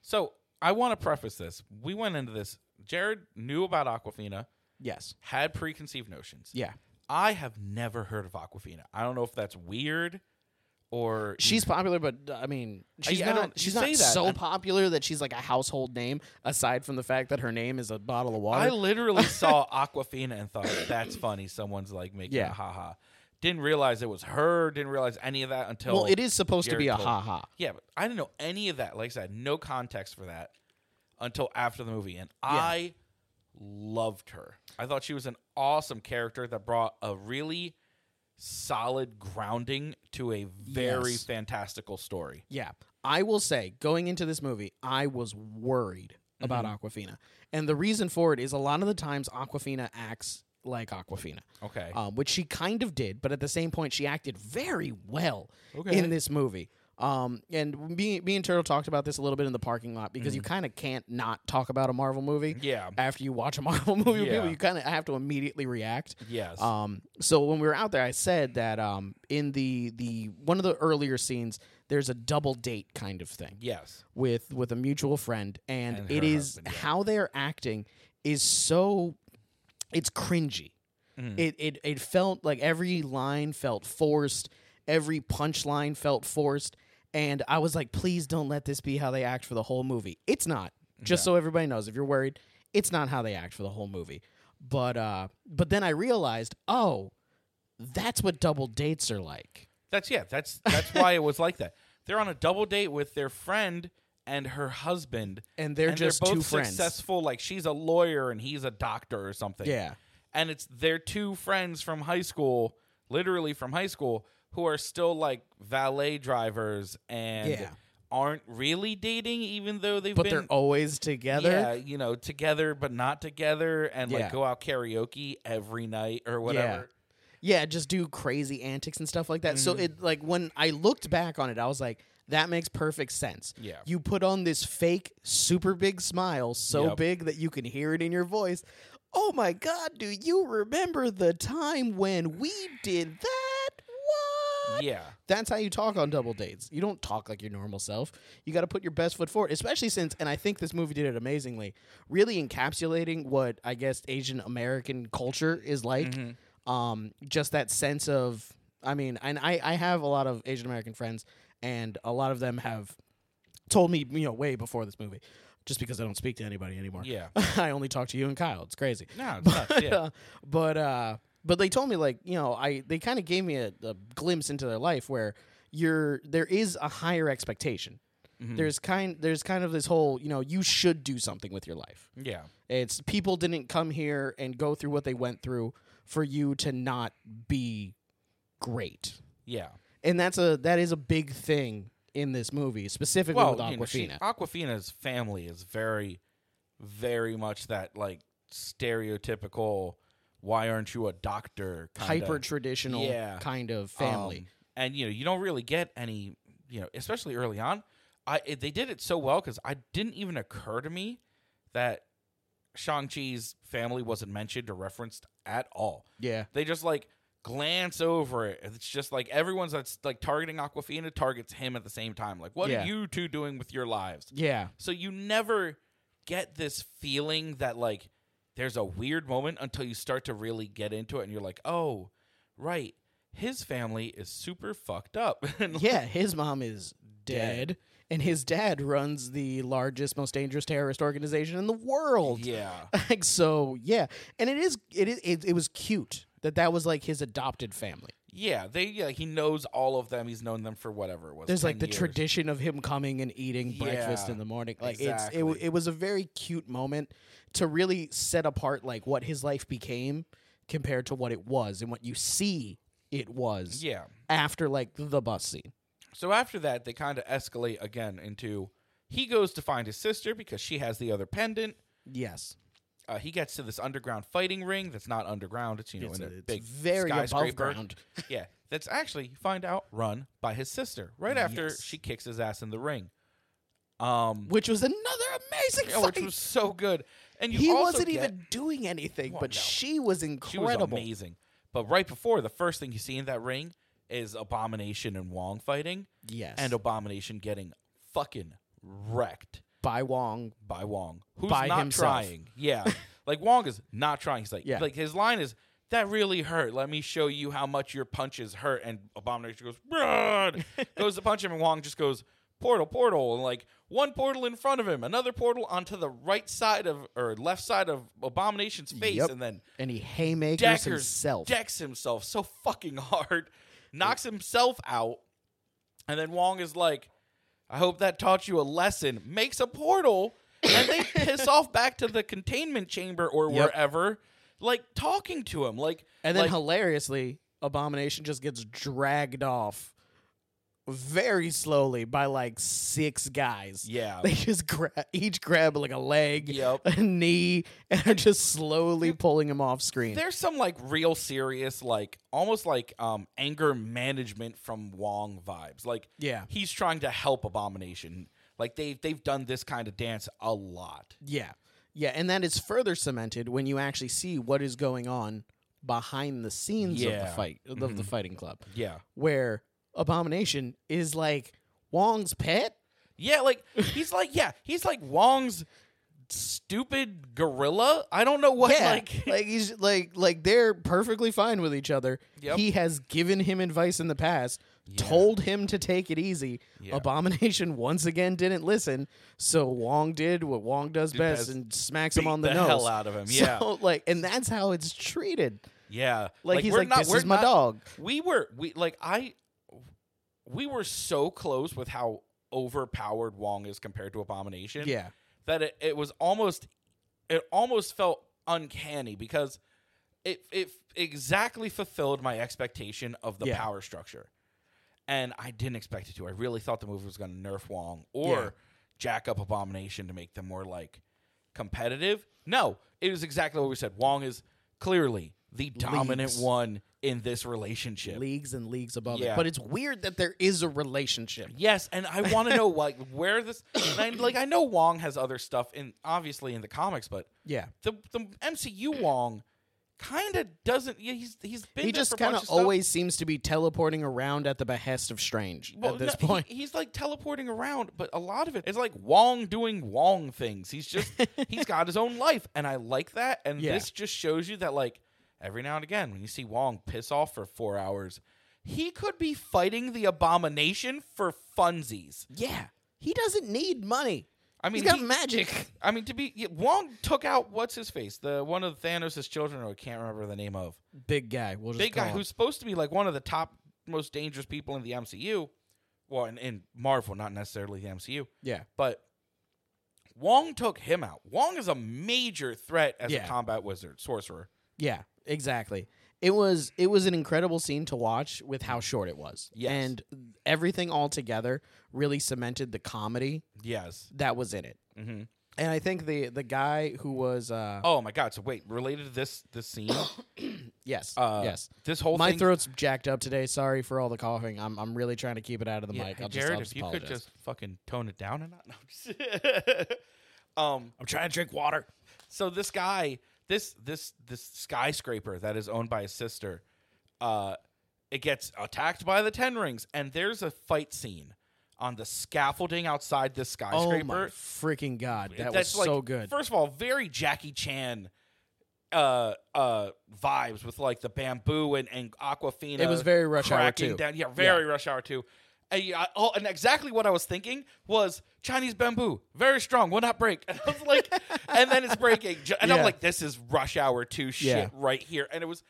[SPEAKER 2] So I want to preface this. We went into this. Jared knew about Aquafina,
[SPEAKER 1] Yes.
[SPEAKER 2] had preconceived notions.
[SPEAKER 1] Yeah.
[SPEAKER 2] I have never heard of Aquafina. I don't know if that's weird or
[SPEAKER 1] She's popular, but uh, I mean, she's
[SPEAKER 2] I
[SPEAKER 1] not,
[SPEAKER 2] don't-
[SPEAKER 1] she's
[SPEAKER 2] you
[SPEAKER 1] not
[SPEAKER 2] say that,
[SPEAKER 1] so
[SPEAKER 2] I'm-
[SPEAKER 1] popular that she's like a household name, aside from the fact that her name is a bottle of
[SPEAKER 2] I
[SPEAKER 1] water.
[SPEAKER 2] literally saw Aquafina and thought that's funny. Someone's like making
[SPEAKER 1] Yeah.
[SPEAKER 2] a haha. Didn't realize it was her. Didn't realize any of that until
[SPEAKER 1] well, it is supposed to be a
[SPEAKER 2] Jared told-
[SPEAKER 1] haha.
[SPEAKER 2] Yeah, but I didn't know any of that. Like I said, no context for that until after the movie, and I loved her. I thought she was an awesome character that brought a really solid grounding to a very
[SPEAKER 1] Yes.
[SPEAKER 2] fantastical story.
[SPEAKER 1] Yeah. I will say, going into this movie, I was worried about
[SPEAKER 2] Mm-hmm.
[SPEAKER 1] Aquafina. And the reason for it is a lot of the times Aquafina acts like Aquafina.
[SPEAKER 2] Okay.
[SPEAKER 1] um, which she kind of did, but at the same point, she acted very well
[SPEAKER 2] Okay.
[SPEAKER 1] in this movie. Um, and me, me and Turtle talked about this a little bit in the parking lot because you kind of can't not talk about a Marvel movie.
[SPEAKER 2] Mm. Yeah.
[SPEAKER 1] After you watch a Marvel movie, with people,
[SPEAKER 2] Yeah.
[SPEAKER 1] you kind of have to immediately react.
[SPEAKER 2] yes.
[SPEAKER 1] Um, so when we were out there, I said that um, in the the one of the earlier scenes, there's a double date kind of thing
[SPEAKER 2] yes.
[SPEAKER 1] with with a mutual friend and,
[SPEAKER 2] And
[SPEAKER 1] it
[SPEAKER 2] her
[SPEAKER 1] is
[SPEAKER 2] husband, yeah.
[SPEAKER 1] how they're acting is so it's cringy
[SPEAKER 2] Mm.
[SPEAKER 1] it, it it felt like every line felt forced every punchline felt forced and i was like please don't let this be how they act for the whole movie it's not just so everybody knows if you're worried it's not how they act for the whole movie but uh but then i realized oh that's what double dates are like
[SPEAKER 2] That's yeah. That's that's why it was like that. They're on a double date with their friend and her husband,
[SPEAKER 1] And they're just
[SPEAKER 2] both
[SPEAKER 1] two friends.
[SPEAKER 2] successful. Like she's a lawyer and he's a doctor or something.
[SPEAKER 1] Yeah.
[SPEAKER 2] and it's their two friends from high school, literally from high school, who are still like valet drivers and
[SPEAKER 1] Yeah.
[SPEAKER 2] aren't really dating, even though they've
[SPEAKER 1] but
[SPEAKER 2] been
[SPEAKER 1] they're always together
[SPEAKER 2] yeah, you know, together but not together, and
[SPEAKER 1] Yeah.
[SPEAKER 2] like go out karaoke every night or whatever.
[SPEAKER 1] Yeah, just do crazy antics and stuff like that. So
[SPEAKER 2] Mm-hmm.
[SPEAKER 1] it like when I looked back on it, I was like, that makes perfect sense.
[SPEAKER 2] Yeah.
[SPEAKER 1] You put on this fake super big smile, so
[SPEAKER 2] Yep.
[SPEAKER 1] big that you can hear it in your voice. Oh my god, do you remember the time when we did that? What?
[SPEAKER 2] yeah.
[SPEAKER 1] That's how you talk on double dates. You don't talk like your normal self. You got to put your best foot forward, especially since, and I think this movie did it amazingly, really encapsulating what I guess Asian American culture is like.
[SPEAKER 2] Mm-hmm.
[SPEAKER 1] Um, just that sense of, I mean, and I, I have a lot of Asian American friends, and a lot of them have told me, you know, way before this movie, just because I don't speak to anybody anymore.
[SPEAKER 2] Yeah.
[SPEAKER 1] I only talk to you and Kyle. It's crazy
[SPEAKER 2] No, it's nuts, yeah.
[SPEAKER 1] uh, but uh, but they told me like you know I they kind of gave me a, a glimpse into their life where you're there is a higher expectation.
[SPEAKER 2] Mm-hmm.
[SPEAKER 1] There's kind there's kind of this whole you know you should do something with your life.
[SPEAKER 2] Yeah.
[SPEAKER 1] It's people didn't come here and go through what they went through for you to not be great,
[SPEAKER 2] Yeah.
[SPEAKER 1] and that's a that is a big thing in this movie specifically with
[SPEAKER 2] you know, she-
[SPEAKER 1] Aquafina.
[SPEAKER 2] Aquafina's family is very, very much that like stereotypical. Why aren't you a doctor? kinda,
[SPEAKER 1] Hyper traditional
[SPEAKER 2] Yeah.
[SPEAKER 1] kind of family.
[SPEAKER 2] um, and you know, you don't really get any. You know, especially early on, I it, they did it so well because I didn't even occur to me that Shang Chi's family wasn't mentioned or referenced at all.
[SPEAKER 1] yeah.
[SPEAKER 2] They just like glance over it. It's just like everyone's that's like targeting Aquafina targets him at the same time. Like, what
[SPEAKER 1] Yeah.
[SPEAKER 2] are you two doing with your lives?
[SPEAKER 1] Yeah.
[SPEAKER 2] So you never get this feeling that like there's a weird moment until you start to really get into it and you're like, "Oh, right. His family is super fucked up." and like,
[SPEAKER 1] yeah, his mom is dead, and his dad runs the largest, most dangerous terrorist organization in the world.
[SPEAKER 2] yeah.
[SPEAKER 1] Like, so yeah, and it is it is it, it was cute that that was like his adopted family.
[SPEAKER 2] Yeah, they yeah, he knows all of them. He's known them for whatever it was.
[SPEAKER 1] There's like
[SPEAKER 2] 10
[SPEAKER 1] the
[SPEAKER 2] years.
[SPEAKER 1] tradition of him coming and eating breakfast
[SPEAKER 2] Yeah,
[SPEAKER 1] in the morning. Like it's it, w-
[SPEAKER 2] exactly.
[SPEAKER 1] it was a very cute moment to really set apart like what his life became compared to what it was and what you see it was
[SPEAKER 2] Yeah.
[SPEAKER 1] after like the bus scene.
[SPEAKER 2] So after that, they kind of escalate again into he goes to find his sister because she has the other pendant.
[SPEAKER 1] Yes.
[SPEAKER 2] Uh, he gets to this underground fighting ring that's not underground. It's you know
[SPEAKER 1] It's
[SPEAKER 2] in
[SPEAKER 1] a-
[SPEAKER 2] a
[SPEAKER 1] it's
[SPEAKER 2] big
[SPEAKER 1] very above
[SPEAKER 2] skyscraper.
[SPEAKER 1] ground.
[SPEAKER 2] yeah, that's actually you find out run by his sister right after
[SPEAKER 1] Yes.
[SPEAKER 2] she kicks his ass in the ring. Um,
[SPEAKER 1] which was another amazing
[SPEAKER 2] yeah,
[SPEAKER 1] fight.
[SPEAKER 2] which was so good, and you
[SPEAKER 1] he
[SPEAKER 2] also
[SPEAKER 1] wasn't
[SPEAKER 2] get-
[SPEAKER 1] even doing anything,
[SPEAKER 2] Well,
[SPEAKER 1] but
[SPEAKER 2] no.
[SPEAKER 1] she was
[SPEAKER 2] she
[SPEAKER 1] incredible.
[SPEAKER 2] was amazing. But right before the first thing you see in that ring is Abomination and Wong fighting,
[SPEAKER 1] Yes,
[SPEAKER 2] and Abomination getting fucking wrecked
[SPEAKER 1] by Wong.
[SPEAKER 2] by Wong, who's
[SPEAKER 1] By
[SPEAKER 2] not
[SPEAKER 1] himself.
[SPEAKER 2] trying. Yeah, like Wong is not trying. He's like,
[SPEAKER 1] Yeah.
[SPEAKER 2] like his line is. That really hurt. Let me show you how much your punches hurt. And Abomination goes, Run! goes to punch him, and Wong just goes, portal, portal. And like one portal in front of him, another portal onto the right side of, or left side of Abomination's face.
[SPEAKER 1] Yep.
[SPEAKER 2] And then
[SPEAKER 1] And he haymakers
[SPEAKER 2] Deckers
[SPEAKER 1] himself.
[SPEAKER 2] decks himself so fucking hard, knocks himself out, and then Wong is like, "I hope that taught you a lesson." Makes a portal, and they piss off back to the containment chamber or
[SPEAKER 1] Yep.
[SPEAKER 2] wherever, like talking to him, like
[SPEAKER 1] and then
[SPEAKER 2] like,
[SPEAKER 1] hilariously, Abomination just gets dragged off very slowly by like six guys.
[SPEAKER 2] yeah,
[SPEAKER 1] They just grab each grab like a leg,
[SPEAKER 2] Yep.
[SPEAKER 1] a knee, and are just slowly pulling him off screen.
[SPEAKER 2] There's some like real serious, like almost like um anger management from Wong vibes. Like
[SPEAKER 1] Yeah.
[SPEAKER 2] he's trying to help Abomination. Like they've they've done this kind of dance a lot.
[SPEAKER 1] Yeah. Yeah, and that is further cemented when you actually see what is going on behind the scenes of
[SPEAKER 2] Yeah. Mm-hmm.
[SPEAKER 1] the fight of the fighting club.
[SPEAKER 2] Yeah.
[SPEAKER 1] Where Abomination is like Wong's pet?
[SPEAKER 2] Yeah, like he's like yeah, he's like Wong's stupid gorilla. I don't know what like
[SPEAKER 1] like he's like like they're perfectly fine with each other.
[SPEAKER 2] Yep.
[SPEAKER 1] He has given him advice in the past, told him to take it easy.
[SPEAKER 2] Yeah.
[SPEAKER 1] Abomination once again didn't listen, so Wong did what Wong does best
[SPEAKER 2] best.
[SPEAKER 1] and smacks him
[SPEAKER 2] Beat
[SPEAKER 1] on the,
[SPEAKER 2] the
[SPEAKER 1] nose.
[SPEAKER 2] hell out of him, yeah.
[SPEAKER 1] So, like and that's how it's treated.
[SPEAKER 2] yeah.
[SPEAKER 1] Like, he's
[SPEAKER 2] we're
[SPEAKER 1] like,
[SPEAKER 2] not-
[SPEAKER 1] this
[SPEAKER 2] we're
[SPEAKER 1] is my
[SPEAKER 2] not-
[SPEAKER 1] dog.
[SPEAKER 2] We were we like I we were so close with how overpowered Wong is compared to Abomination.
[SPEAKER 1] Yeah.
[SPEAKER 2] That it, it was almost it almost felt uncanny because it it exactly fulfilled my expectation of the
[SPEAKER 1] Yeah.
[SPEAKER 2] power structure. And I didn't expect it to. I really thought the movie was going to nerf Wong or
[SPEAKER 1] Yeah.
[SPEAKER 2] jack up Abomination to make them more like competitive. No, it was exactly what we said. Wong is clearly the dominant
[SPEAKER 1] Leagues.
[SPEAKER 2] one in this relationship.
[SPEAKER 1] Leagues and leagues above it.
[SPEAKER 2] Yeah.
[SPEAKER 1] But it's weird that there is a relationship.
[SPEAKER 2] Yes, and I want to know like where this and I, like I know Wong has other stuff in obviously in the comics, but
[SPEAKER 1] Yeah.
[SPEAKER 2] the the MCU Wong kind of doesn't. Yeah, he's he's been.
[SPEAKER 1] He
[SPEAKER 2] there
[SPEAKER 1] just
[SPEAKER 2] for a bunch
[SPEAKER 1] kind of
[SPEAKER 2] of stuff.
[SPEAKER 1] always seems to be teleporting around at the behest of Strange
[SPEAKER 2] Well,
[SPEAKER 1] at this
[SPEAKER 2] no, he-
[SPEAKER 1] point.
[SPEAKER 2] he's like teleporting around, but a lot of it is like Wong doing Wong things. He's just he's got his own life, and I like that. And
[SPEAKER 1] Yeah.
[SPEAKER 2] this just shows you that like every now and again, when you see Wong piss off for four hours, he could be fighting the abomination for funsies.
[SPEAKER 1] yeah. He doesn't need money.
[SPEAKER 2] I mean,
[SPEAKER 1] He's got
[SPEAKER 2] he-
[SPEAKER 1] magic.
[SPEAKER 2] I mean, to be yeah, Wong took out what's his face, the one of Thanos' children, who I can't remember the name of.
[SPEAKER 1] Big guy. We'll just
[SPEAKER 2] big
[SPEAKER 1] call
[SPEAKER 2] guy
[SPEAKER 1] him.
[SPEAKER 2] who's supposed to be like one of the top most dangerous people in the MCU. Well, in, in Marvel, not necessarily the MCU,
[SPEAKER 1] Yeah.
[SPEAKER 2] but Wong took him out. Wong is a major threat as
[SPEAKER 1] Yeah.
[SPEAKER 2] a combat wizard, sorcerer.
[SPEAKER 1] Yeah, exactly. It was it was an incredible scene to watch with how short it was.
[SPEAKER 2] Yes.
[SPEAKER 1] And everything all together really cemented the comedy
[SPEAKER 2] Yes.
[SPEAKER 1] that was in it.
[SPEAKER 2] hmm
[SPEAKER 1] And I think the the guy who was uh
[SPEAKER 2] Oh my God! So wait, related to this this scene,
[SPEAKER 1] yes,
[SPEAKER 2] uh,
[SPEAKER 1] yes.
[SPEAKER 2] this whole
[SPEAKER 1] My
[SPEAKER 2] thing.
[SPEAKER 1] throat's jacked up today. Sorry for all the coughing. I'm I'm really trying to keep it out of the
[SPEAKER 2] yeah,
[SPEAKER 1] mic.
[SPEAKER 2] hey,
[SPEAKER 1] I'll just,
[SPEAKER 2] Jared,
[SPEAKER 1] I'll
[SPEAKER 2] if
[SPEAKER 1] just
[SPEAKER 2] you
[SPEAKER 1] apologize.
[SPEAKER 2] could just fucking tone it down or not. No, I'm just- um,
[SPEAKER 1] I'm trying to drink water.
[SPEAKER 2] so this guy this this this skyscraper that is owned by his sister uh it gets attacked by the ten rings and there's a fight scene on the scaffolding outside this
[SPEAKER 1] Oh my
[SPEAKER 2] skyscraper
[SPEAKER 1] freaking god, that was
[SPEAKER 2] That's like,
[SPEAKER 1] so good.
[SPEAKER 2] first of all very jackie chan uh uh vibes with like the bamboo and and aquafina
[SPEAKER 1] It was very Rush Hour
[SPEAKER 2] cracking
[SPEAKER 1] 2.
[SPEAKER 2] down yeah very rush hour too and, yeah, I- oh, and exactly what I was thinking was Chinese bamboo, very strong, will not break. And I was like, and then it's breaking, Ju- and
[SPEAKER 1] Yeah.
[SPEAKER 2] I'm like, this is rush hour two shit
[SPEAKER 1] Yeah.
[SPEAKER 2] right here. And it was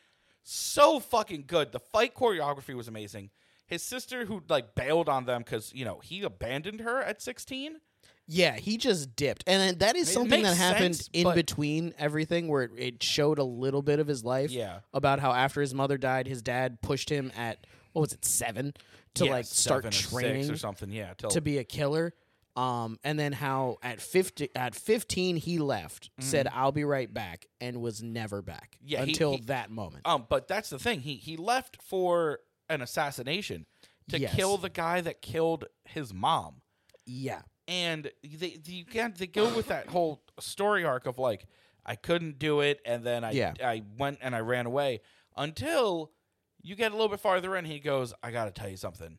[SPEAKER 2] so fucking good. The fight choreography was amazing. His sister, who like bailed on them because you know he abandoned her at sixteen,
[SPEAKER 1] Yeah, he just dipped, and then that is
[SPEAKER 2] It
[SPEAKER 1] something that
[SPEAKER 2] makes
[SPEAKER 1] happened
[SPEAKER 2] sense,
[SPEAKER 1] in
[SPEAKER 2] but-
[SPEAKER 1] between everything, where it, it showed a little bit of his life.
[SPEAKER 2] Yeah.
[SPEAKER 1] about how after his mother died, his dad pushed him at what was it seven to
[SPEAKER 2] Yeah,
[SPEAKER 1] like start
[SPEAKER 2] seven or six
[SPEAKER 1] training
[SPEAKER 2] or something. Yeah, till
[SPEAKER 1] to be a killer. Um, and then how at fifty at fifteen he left, said I'll be right back, and was never back
[SPEAKER 2] Mm-hmm. Yeah, he-
[SPEAKER 1] until
[SPEAKER 2] he-
[SPEAKER 1] that moment.
[SPEAKER 2] Um, but that's the thing. He he left for an assassination to
[SPEAKER 1] Yes.
[SPEAKER 2] kill the guy that killed his mom.
[SPEAKER 1] Yeah.
[SPEAKER 2] and they they, you can't- they go with that whole story arc of like I couldn't do it, and then I
[SPEAKER 1] Yeah.
[SPEAKER 2] I went and I ran away until you get a little bit farther in. He goes, I got to tell you something.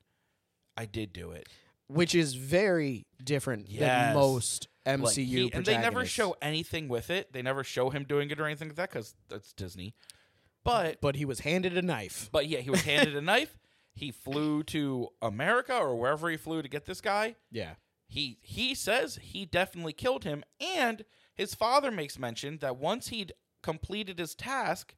[SPEAKER 2] I did do it.
[SPEAKER 1] Which is very different than
[SPEAKER 2] Yes.
[SPEAKER 1] most MCU
[SPEAKER 2] Like, he- and they never
[SPEAKER 1] protagonists.
[SPEAKER 2] show anything with it. They never show him doing it or anything like that because that's Disney. But
[SPEAKER 1] But he was handed a knife.
[SPEAKER 2] but yeah, he was handed a knife. He flew to America or wherever he flew to get this guy.
[SPEAKER 1] Yeah.
[SPEAKER 2] he he says he definitely killed him and his father makes mention that once he'd completed his task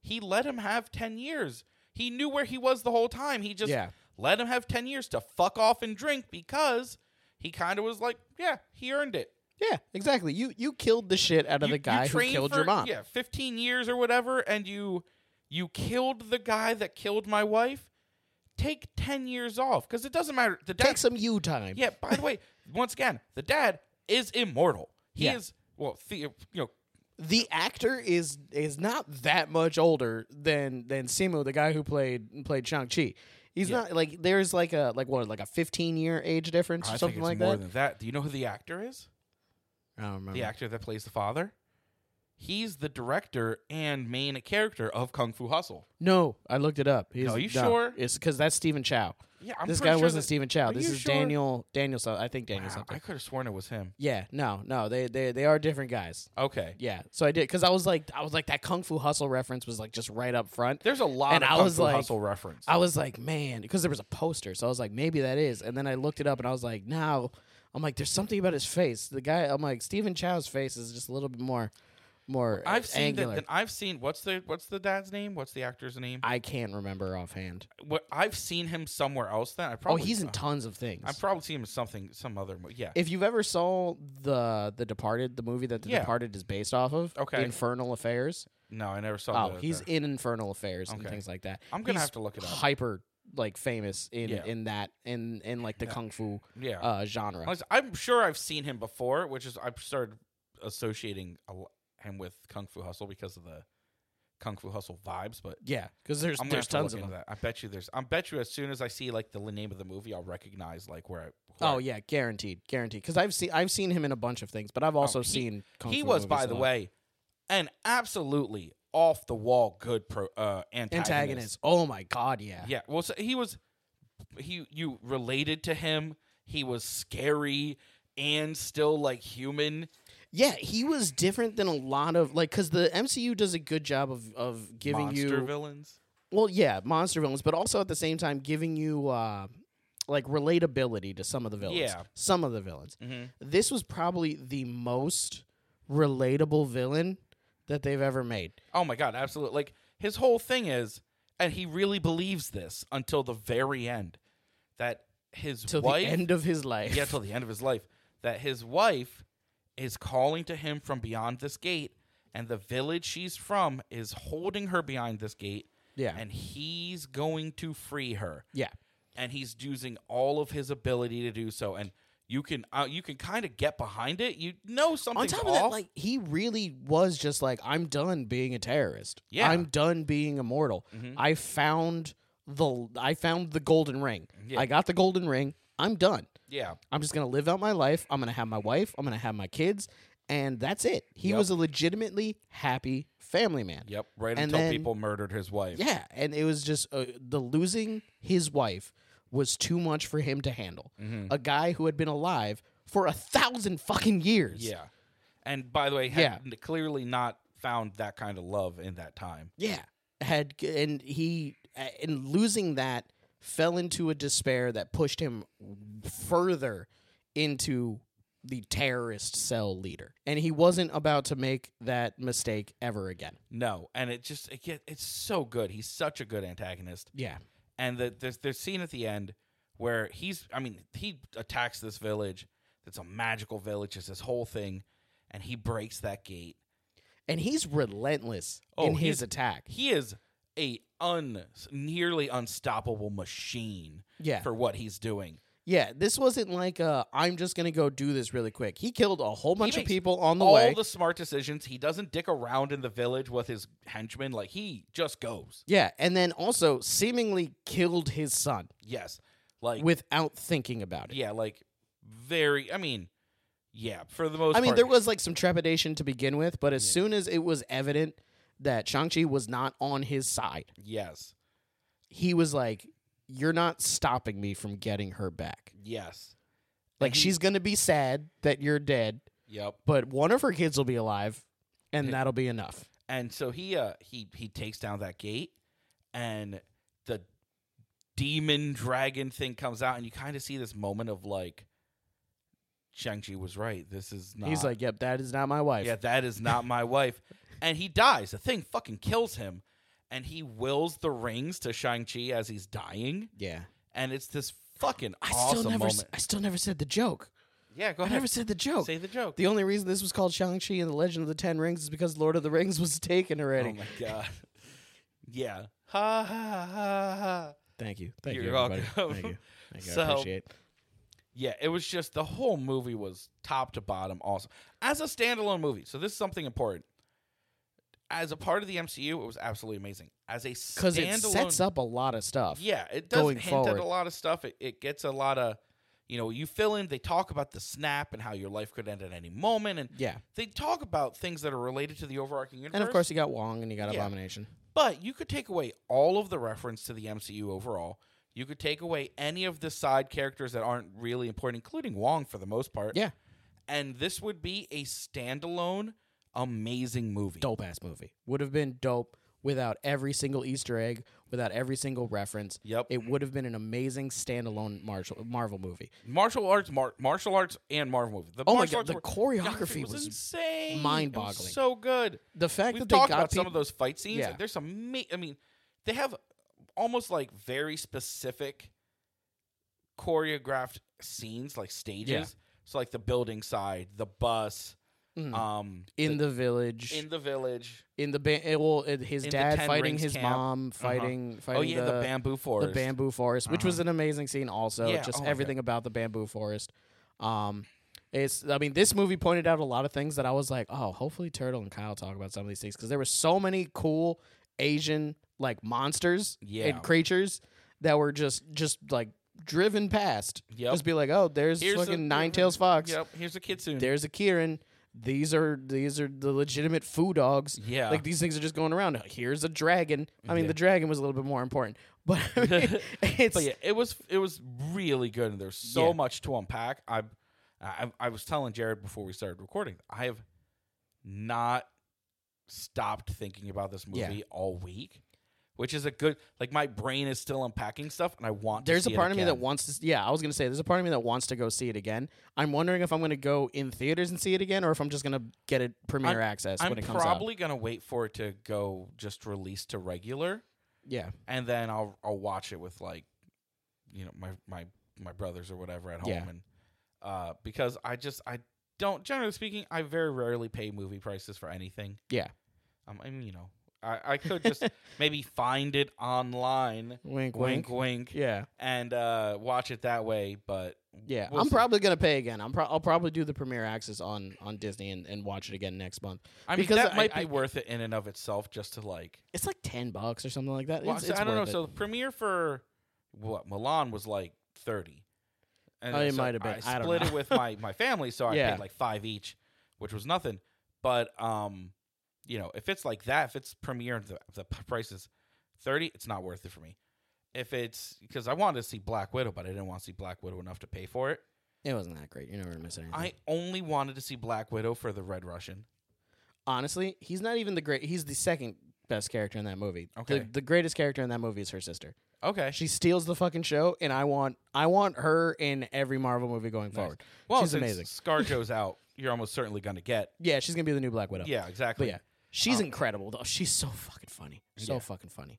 [SPEAKER 2] he let him have 10 years he knew where he was the whole time he just
[SPEAKER 1] Yeah.
[SPEAKER 2] let him have 10 years to fuck off and drink because he kind of was like yeah he earned it
[SPEAKER 1] Yeah, exactly. You you killed the shit out of
[SPEAKER 2] You-
[SPEAKER 1] the
[SPEAKER 2] you
[SPEAKER 1] guy who
[SPEAKER 2] trained
[SPEAKER 1] killed
[SPEAKER 2] for,
[SPEAKER 1] your mom.
[SPEAKER 2] yeah 15 years or whatever and you you killed the guy that killed my wife take 10 years off because it doesn't matter the dad
[SPEAKER 1] Take some you time.
[SPEAKER 2] yeah. By the way, once again, the dad is immortal. He
[SPEAKER 1] Yeah.
[SPEAKER 2] is well, the, you know,
[SPEAKER 1] the actor is is not that much older than than Simu, the guy who played played Shang Chi. He's not like there's like a like what like a 15 year age difference or something like that.
[SPEAKER 2] than that. Do you know who the actor is?
[SPEAKER 1] I don't remember.
[SPEAKER 2] The actor that plays the father. He's the director and main character of Kung Fu Hustle.
[SPEAKER 1] No, I looked it up. He's,
[SPEAKER 2] No, you
[SPEAKER 1] no,
[SPEAKER 2] sure?
[SPEAKER 1] It's because that's Stephen Chow.
[SPEAKER 2] Yeah, I'm
[SPEAKER 1] this
[SPEAKER 2] pretty
[SPEAKER 1] guy
[SPEAKER 2] sure
[SPEAKER 1] wasn't
[SPEAKER 2] that-
[SPEAKER 1] Stephen Chow.
[SPEAKER 2] Are
[SPEAKER 1] This
[SPEAKER 2] you
[SPEAKER 1] is
[SPEAKER 2] sure?
[SPEAKER 1] Daniel Daniel. So I think Daniel
[SPEAKER 2] Wow, I
[SPEAKER 1] something.
[SPEAKER 2] could have sworn it was him.
[SPEAKER 1] Yeah, no, no, they they they are different guys.
[SPEAKER 2] Okay,
[SPEAKER 1] Yeah, so I did because I was like I was like that Kung Fu Hustle reference was like just right up front.
[SPEAKER 2] there's a lot
[SPEAKER 1] And
[SPEAKER 2] of
[SPEAKER 1] I
[SPEAKER 2] Kung
[SPEAKER 1] was
[SPEAKER 2] Fu
[SPEAKER 1] like-
[SPEAKER 2] Hustle reference.
[SPEAKER 1] I was like, man, because there was a poster, so I was like, maybe that is. And then I looked it up, and I was like, now, I'm like, there's something about his face. The guy, I'm like, Stephen Chow's face is just a little bit more, more uh,
[SPEAKER 2] I've seen
[SPEAKER 1] angular.
[SPEAKER 2] that. And I've seen what's the what's the dad's name? What's the actor's name?
[SPEAKER 1] I can't remember offhand.
[SPEAKER 2] what I've seen him somewhere else. Then I
[SPEAKER 1] Oh,
[SPEAKER 2] probably
[SPEAKER 1] he's in
[SPEAKER 2] uh,
[SPEAKER 1] tons of things.
[SPEAKER 2] I've probably seen him in something some other movie. Yeah,
[SPEAKER 1] if you've ever saw the the Departed, the movie that the
[SPEAKER 2] Yeah.
[SPEAKER 1] Departed is based off of,
[SPEAKER 2] Okay.
[SPEAKER 1] Infernal Affairs.
[SPEAKER 2] no, I never saw.
[SPEAKER 1] Oh,
[SPEAKER 2] the-
[SPEAKER 1] he's
[SPEAKER 2] the-
[SPEAKER 1] in Infernal Affairs and
[SPEAKER 2] Okay.
[SPEAKER 1] things like that.
[SPEAKER 2] I'm gonna
[SPEAKER 1] He's
[SPEAKER 2] have to look it up.
[SPEAKER 1] Hyper like famous in
[SPEAKER 2] Yeah.
[SPEAKER 1] in that in in like the kung fu
[SPEAKER 2] Yeah.
[SPEAKER 1] uh, genre.
[SPEAKER 2] Unless- I'm sure I've seen him before, which is I've started associating a lo- him with Kung Fu Hustle because of the Kung Fu Hustle vibes. But
[SPEAKER 1] yeah, because there's
[SPEAKER 2] I'm gonna
[SPEAKER 1] there's
[SPEAKER 2] have to look
[SPEAKER 1] tons of
[SPEAKER 2] into
[SPEAKER 1] them.
[SPEAKER 2] That. I bet you there's. I bet you as soon as I see like the name of the movie, I'll recognize like where. I, where
[SPEAKER 1] Oh yeah, guaranteed, guaranteed. Because I've seen I've seen him in a bunch of things, but I've also
[SPEAKER 2] Oh, he-
[SPEAKER 1] seen Kung
[SPEAKER 2] he
[SPEAKER 1] Fu
[SPEAKER 2] was,
[SPEAKER 1] movies
[SPEAKER 2] by
[SPEAKER 1] a
[SPEAKER 2] the
[SPEAKER 1] lot.
[SPEAKER 2] way, an absolutely off the wall good pro uh, antagonist.
[SPEAKER 1] antagonist. Oh my god, yeah,
[SPEAKER 2] Yeah. Well, so he was. He you related to him. He was scary and still like human.
[SPEAKER 1] Yeah, He was different than a lot of like because the MCU does a good job of of giving
[SPEAKER 2] monster
[SPEAKER 1] you
[SPEAKER 2] villains.
[SPEAKER 1] well, yeah, monster villains, but also at the same time giving you. uh like relatability to some of the villains.
[SPEAKER 2] Yeah. Mm-hmm.
[SPEAKER 1] Some of the villains. This was probably the most relatable villain that they've ever made.
[SPEAKER 2] Oh my god, absolutely. Like his whole thing is and he really believes this until the very end that his
[SPEAKER 1] Till the
[SPEAKER 2] wife
[SPEAKER 1] end of his life.
[SPEAKER 2] yeah, till the end of his life that his wife is calling to him from beyond this gate and the village she's from is holding her behind this gate
[SPEAKER 1] Yeah.
[SPEAKER 2] and he's going to free her.
[SPEAKER 1] yeah.
[SPEAKER 2] And he's using all of his ability to do so and you can uh, you can kind of get behind it. You know
[SPEAKER 1] on
[SPEAKER 2] something's
[SPEAKER 1] top of
[SPEAKER 2] off.
[SPEAKER 1] that, like he really was just like, I'm done being a terrorist.
[SPEAKER 2] Yeah. Mm-hmm.
[SPEAKER 1] I'm done being immortal. I found the I found the golden ring.
[SPEAKER 2] Yeah.
[SPEAKER 1] I got the golden ring. I'm done.
[SPEAKER 2] yeah.
[SPEAKER 1] I'm just gonna live out my life. I'm gonna have my wife. I'm gonna have my kids, and that's it. He
[SPEAKER 2] Yep.
[SPEAKER 1] was a legitimately happy family man.
[SPEAKER 2] Yep, right
[SPEAKER 1] And
[SPEAKER 2] until
[SPEAKER 1] then-
[SPEAKER 2] people murdered his wife.
[SPEAKER 1] Yeah, and it was just uh, the losing his wife was too much for him to handle.
[SPEAKER 2] Mm-hmm.
[SPEAKER 1] A guy who had been alive for a thousand fucking years.
[SPEAKER 2] Yeah. And by the way,
[SPEAKER 1] Yeah.
[SPEAKER 2] had n- clearly not found that kind of love in that time.
[SPEAKER 1] Yeah, had and he in losing that fell into a despair that pushed him further into the terrorist cell leader, and he wasn't about to make that mistake ever again.
[SPEAKER 2] No, and it just it get, it's so good. He's such a good antagonist.
[SPEAKER 1] Yeah,
[SPEAKER 2] And the, there's there's scene at the end where he's I mean he attacks this village. It's a magical village. It's this whole thing, and he breaks that gate.
[SPEAKER 1] and he's relentless
[SPEAKER 2] Oh,
[SPEAKER 1] in his
[SPEAKER 2] he's-
[SPEAKER 1] attack.
[SPEAKER 2] He is a un nearly unstoppable machine
[SPEAKER 1] Yeah.
[SPEAKER 2] for what he's doing.
[SPEAKER 1] Yeah, this wasn't like uh, I'm just gonna go do this really quick. He killed a whole bunch of
[SPEAKER 2] makes
[SPEAKER 1] people on the
[SPEAKER 2] all
[SPEAKER 1] way.
[SPEAKER 2] the smart decisions. He doesn't dick around in the village with his henchmen. Like he just goes.
[SPEAKER 1] yeah, and then also seemingly killed his son
[SPEAKER 2] Yes. Like
[SPEAKER 1] without thinking about it.
[SPEAKER 2] yeah, like very. I mean, yeah. For the most,
[SPEAKER 1] I mean,
[SPEAKER 2] part,
[SPEAKER 1] there was like some trepidation to begin with, but as soon as it was evident that Shang-Chi was not on his side,
[SPEAKER 2] yes,
[SPEAKER 1] he was like, You're not stopping me from getting her back.
[SPEAKER 2] yes,
[SPEAKER 1] Like,
[SPEAKER 2] he-
[SPEAKER 1] she's going to be sad that you're dead,
[SPEAKER 2] yep.
[SPEAKER 1] but one of her kids will be alive, and that'll be enough.
[SPEAKER 2] And so he uh he he takes down that gate, and the demon dragon thing comes out, and you kind of see this moment of like, Shang Chi was right. This is not.
[SPEAKER 1] He's like, Yep, that is not my wife.
[SPEAKER 2] Yeah, that is not my wife. And he dies. The thing fucking kills him. And he wills the rings to Shang-Chi as he's dying.
[SPEAKER 1] Yeah.
[SPEAKER 2] And it's this fucking
[SPEAKER 1] I
[SPEAKER 2] awesome
[SPEAKER 1] still never, s-
[SPEAKER 2] moment.
[SPEAKER 1] I still never said the joke.
[SPEAKER 2] yeah, go
[SPEAKER 1] I
[SPEAKER 2] ahead.
[SPEAKER 1] never said the joke.
[SPEAKER 2] Say the joke.
[SPEAKER 1] The only reason this was called Shang-Chi and the Legend of the Ten Rings is because Lord of the Rings was taken already.
[SPEAKER 2] oh my god. yeah. Ha ha ha ha.
[SPEAKER 1] Thank you. Thank you.
[SPEAKER 2] You're
[SPEAKER 1] everybody.
[SPEAKER 2] welcome.
[SPEAKER 1] Thank you. Thank you. I
[SPEAKER 2] So-
[SPEAKER 1] appreciate it.
[SPEAKER 2] Yeah, it was just the whole movie was top to bottom awesome. As a standalone movie, so this is something important. As a part of the MCU, it was absolutely amazing. As a standalone,
[SPEAKER 1] Because it sets up a lot of stuff.
[SPEAKER 2] Yeah, it does
[SPEAKER 1] going
[SPEAKER 2] hint
[SPEAKER 1] forward.
[SPEAKER 2] at a lot of stuff. It, it gets a lot of, you know, you fill in. They talk about the snap and how your life could end at any moment, and
[SPEAKER 1] Yeah.
[SPEAKER 2] they talk about things that are related to the overarching universe.
[SPEAKER 1] And of course, you got Wong and you got
[SPEAKER 2] Yeah.
[SPEAKER 1] Abomination.
[SPEAKER 2] but you could take away all of the reference to the MCU overall. You could take away any of the side characters that aren't really important, including Wong for the most part.
[SPEAKER 1] Yeah.
[SPEAKER 2] and this would be a standalone, amazing movie.
[SPEAKER 1] Dope ass movie. Would have been dope without every single Easter egg, without every single reference.
[SPEAKER 2] Yep.
[SPEAKER 1] It would have been an amazing standalone Marshall, Marvel movie.
[SPEAKER 2] Martial arts, mar- martial arts, and Marvel movie. The
[SPEAKER 1] Oh my
[SPEAKER 2] martial
[SPEAKER 1] God,
[SPEAKER 2] arts
[SPEAKER 1] the
[SPEAKER 2] were-
[SPEAKER 1] choreography was
[SPEAKER 2] insane, It was
[SPEAKER 1] mind-boggling.
[SPEAKER 2] so good.
[SPEAKER 1] The fact
[SPEAKER 2] We've
[SPEAKER 1] that they
[SPEAKER 2] talked
[SPEAKER 1] got
[SPEAKER 2] about some
[SPEAKER 1] peop-
[SPEAKER 2] of those fight scenes.
[SPEAKER 1] Yeah.
[SPEAKER 2] There's some. Ma- I mean, they have almost like very specific choreographed scenes, like stages. So like the building side, the bus,
[SPEAKER 1] Mhm.
[SPEAKER 2] um,
[SPEAKER 1] in the village,
[SPEAKER 2] in
[SPEAKER 1] in,
[SPEAKER 2] the village.
[SPEAKER 1] the ba- eh, well, eh, his
[SPEAKER 2] in the
[SPEAKER 1] dad
[SPEAKER 2] Ten
[SPEAKER 1] fighting
[SPEAKER 2] Rings
[SPEAKER 1] his
[SPEAKER 2] camp.
[SPEAKER 1] mom,
[SPEAKER 2] Uh-huh.
[SPEAKER 1] fighting
[SPEAKER 2] Oh
[SPEAKER 1] fighting
[SPEAKER 2] yeah, the,
[SPEAKER 1] the,
[SPEAKER 2] bamboo forest.
[SPEAKER 1] the
[SPEAKER 2] Uh-huh.
[SPEAKER 1] bamboo forest, which was an amazing scene. Also,
[SPEAKER 2] Yeah,
[SPEAKER 1] just
[SPEAKER 2] oh my God.
[SPEAKER 1] everything about the bamboo forest. Um, it's. I mean, this movie pointed out a lot of things that I was like, oh, hopefully Turtle and Kyle talk about some of these things because there were so many cool Asian like monsters
[SPEAKER 2] Yeah.
[SPEAKER 1] and creatures that were just just like driven past.
[SPEAKER 2] Yep.
[SPEAKER 1] Just be like, oh, there's
[SPEAKER 2] Here's a-
[SPEAKER 1] fucking Nine Tails Fox.
[SPEAKER 2] Yep. Here's a kitsune.
[SPEAKER 1] There's a Kieran. These are these are the legitimate foo dogs.
[SPEAKER 2] Yeah.
[SPEAKER 1] like these things are just going around. Here's a dragon. I mean, the dragon was a little bit more important, but I mean, it's
[SPEAKER 2] But yeah, it was it was really good, and there's so
[SPEAKER 1] Yeah.
[SPEAKER 2] much to unpack. I, I I was telling Jared before we started recording, I have not stopped thinking about this movie
[SPEAKER 1] Yeah.
[SPEAKER 2] all week, which is a good like my brain is still unpacking stuff, and I want. to
[SPEAKER 1] there's a
[SPEAKER 2] see it
[SPEAKER 1] part of me that
[SPEAKER 2] again.
[SPEAKER 1] wants to. s- Yeah, I was gonna say there's a part of me that wants to go see it again. I'm wondering if I'm gonna go in theaters and see it again, or if I'm just gonna get it premiere access
[SPEAKER 2] I'm
[SPEAKER 1] when it comes out.
[SPEAKER 2] probably gonna wait for it to go just release to regular,
[SPEAKER 1] Yeah,
[SPEAKER 2] and then I'll I'll watch it with like, you know, my my my brothers or whatever at home,
[SPEAKER 1] Yeah.
[SPEAKER 2] and uh, because I just I don't generally speaking I very rarely pay movie prices for anything.
[SPEAKER 1] yeah.
[SPEAKER 2] Um, I mean, you know, I I could just maybe find it online,
[SPEAKER 1] Wink, wink.
[SPEAKER 2] wink, wink,
[SPEAKER 1] Yeah,
[SPEAKER 2] and uh, watch it that way. But
[SPEAKER 1] yeah.
[SPEAKER 2] we'll
[SPEAKER 1] I'm
[SPEAKER 2] see.
[SPEAKER 1] probably gonna pay again. I'm pro- I'll probably do the premiere access on on Disney and, and watch it again next month.
[SPEAKER 2] I mean,
[SPEAKER 1] because
[SPEAKER 2] that
[SPEAKER 1] I-
[SPEAKER 2] might
[SPEAKER 1] I-
[SPEAKER 2] be worth it in and of itself, just to like.
[SPEAKER 1] It's like ten bucks or something like that.
[SPEAKER 2] Well,
[SPEAKER 1] It's-
[SPEAKER 2] so
[SPEAKER 1] it's
[SPEAKER 2] I don't know.
[SPEAKER 1] worth it.
[SPEAKER 2] So the premiere for what Milan was like thirty. And
[SPEAKER 1] Oh, it
[SPEAKER 2] so
[SPEAKER 1] might have been.
[SPEAKER 2] I
[SPEAKER 1] I don't
[SPEAKER 2] split
[SPEAKER 1] know.
[SPEAKER 2] it with my my family, so I
[SPEAKER 1] Yeah.
[SPEAKER 2] paid like five each, which was nothing. But um, you know, if it's like that, if it's premiere, and the the p- price is thirty. It's not worth it for me. If it's because I wanted to see Black Widow, but I didn't want to see Black Widow enough to pay for it.
[SPEAKER 1] It wasn't that great. You're never gonna miss anything.
[SPEAKER 2] I only wanted to see Black Widow for the Red Russian.
[SPEAKER 1] honestly, he's not even the great. He's the second best character in that movie. The-
[SPEAKER 2] Okay.
[SPEAKER 1] The, greatest character in that movie is her sister.
[SPEAKER 2] Okay,
[SPEAKER 1] She steals the fucking show, and I want I want her in every Marvel movie going forward.
[SPEAKER 2] well,
[SPEAKER 1] she's
[SPEAKER 2] since
[SPEAKER 1] amazing.
[SPEAKER 2] ScarJo's out. You're almost certainly going to get.
[SPEAKER 1] Yeah, she's gonna be the new Black Widow.
[SPEAKER 2] Yeah,
[SPEAKER 1] but
[SPEAKER 2] exactly.
[SPEAKER 1] yeah, Oh. she's incredible though. She's so fucking funny, so
[SPEAKER 2] Yeah.
[SPEAKER 1] fucking funny.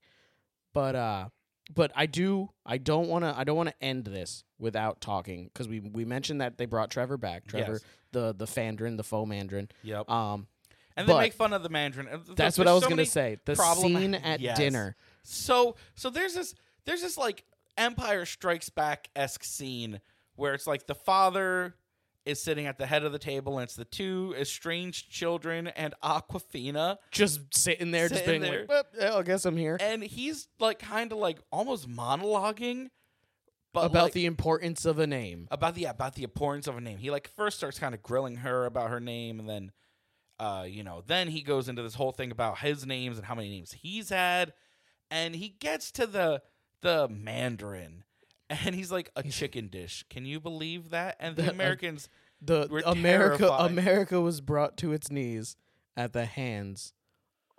[SPEAKER 1] But uh, but I do I don't want to I don't want to end this without talking because we we mentioned that they brought Trevor back. Trevor,
[SPEAKER 2] Yes.
[SPEAKER 1] the the Fandrin, the faux Mandarin.
[SPEAKER 2] Yep.
[SPEAKER 1] Um,
[SPEAKER 2] And they
[SPEAKER 1] But-
[SPEAKER 2] make fun of the Mandarin. Uh, th-
[SPEAKER 1] That's
[SPEAKER 2] look,
[SPEAKER 1] what I
[SPEAKER 2] there's
[SPEAKER 1] was
[SPEAKER 2] so
[SPEAKER 1] gonna
[SPEAKER 2] many
[SPEAKER 1] say. The
[SPEAKER 2] problem-
[SPEAKER 1] scene at
[SPEAKER 2] Yes.
[SPEAKER 1] dinner.
[SPEAKER 2] So so there's this there's this like Empire Strikes Back esque scene where it's like the father is sitting at the head of the table and it's the two estranged children and Aquafina
[SPEAKER 1] Just sitting there, just
[SPEAKER 2] Sitting
[SPEAKER 1] being like, well, yeah, I guess I'm here.
[SPEAKER 2] and he's like kind of like almost monologuing but
[SPEAKER 1] About
[SPEAKER 2] uh, like-
[SPEAKER 1] the importance of a name.
[SPEAKER 2] about the about the importance of a name. He like first starts kind of grilling her about her name, and then, uh, you know, then he goes into this whole thing about his names and how many names he's had, and he gets to the the Mandarin, and he's like a chicken dish. Can you believe that? And the
[SPEAKER 1] That, uh,
[SPEAKER 2] Americans,
[SPEAKER 1] The
[SPEAKER 2] We're
[SPEAKER 1] America
[SPEAKER 2] terrified.
[SPEAKER 1] America was brought to its knees at the hands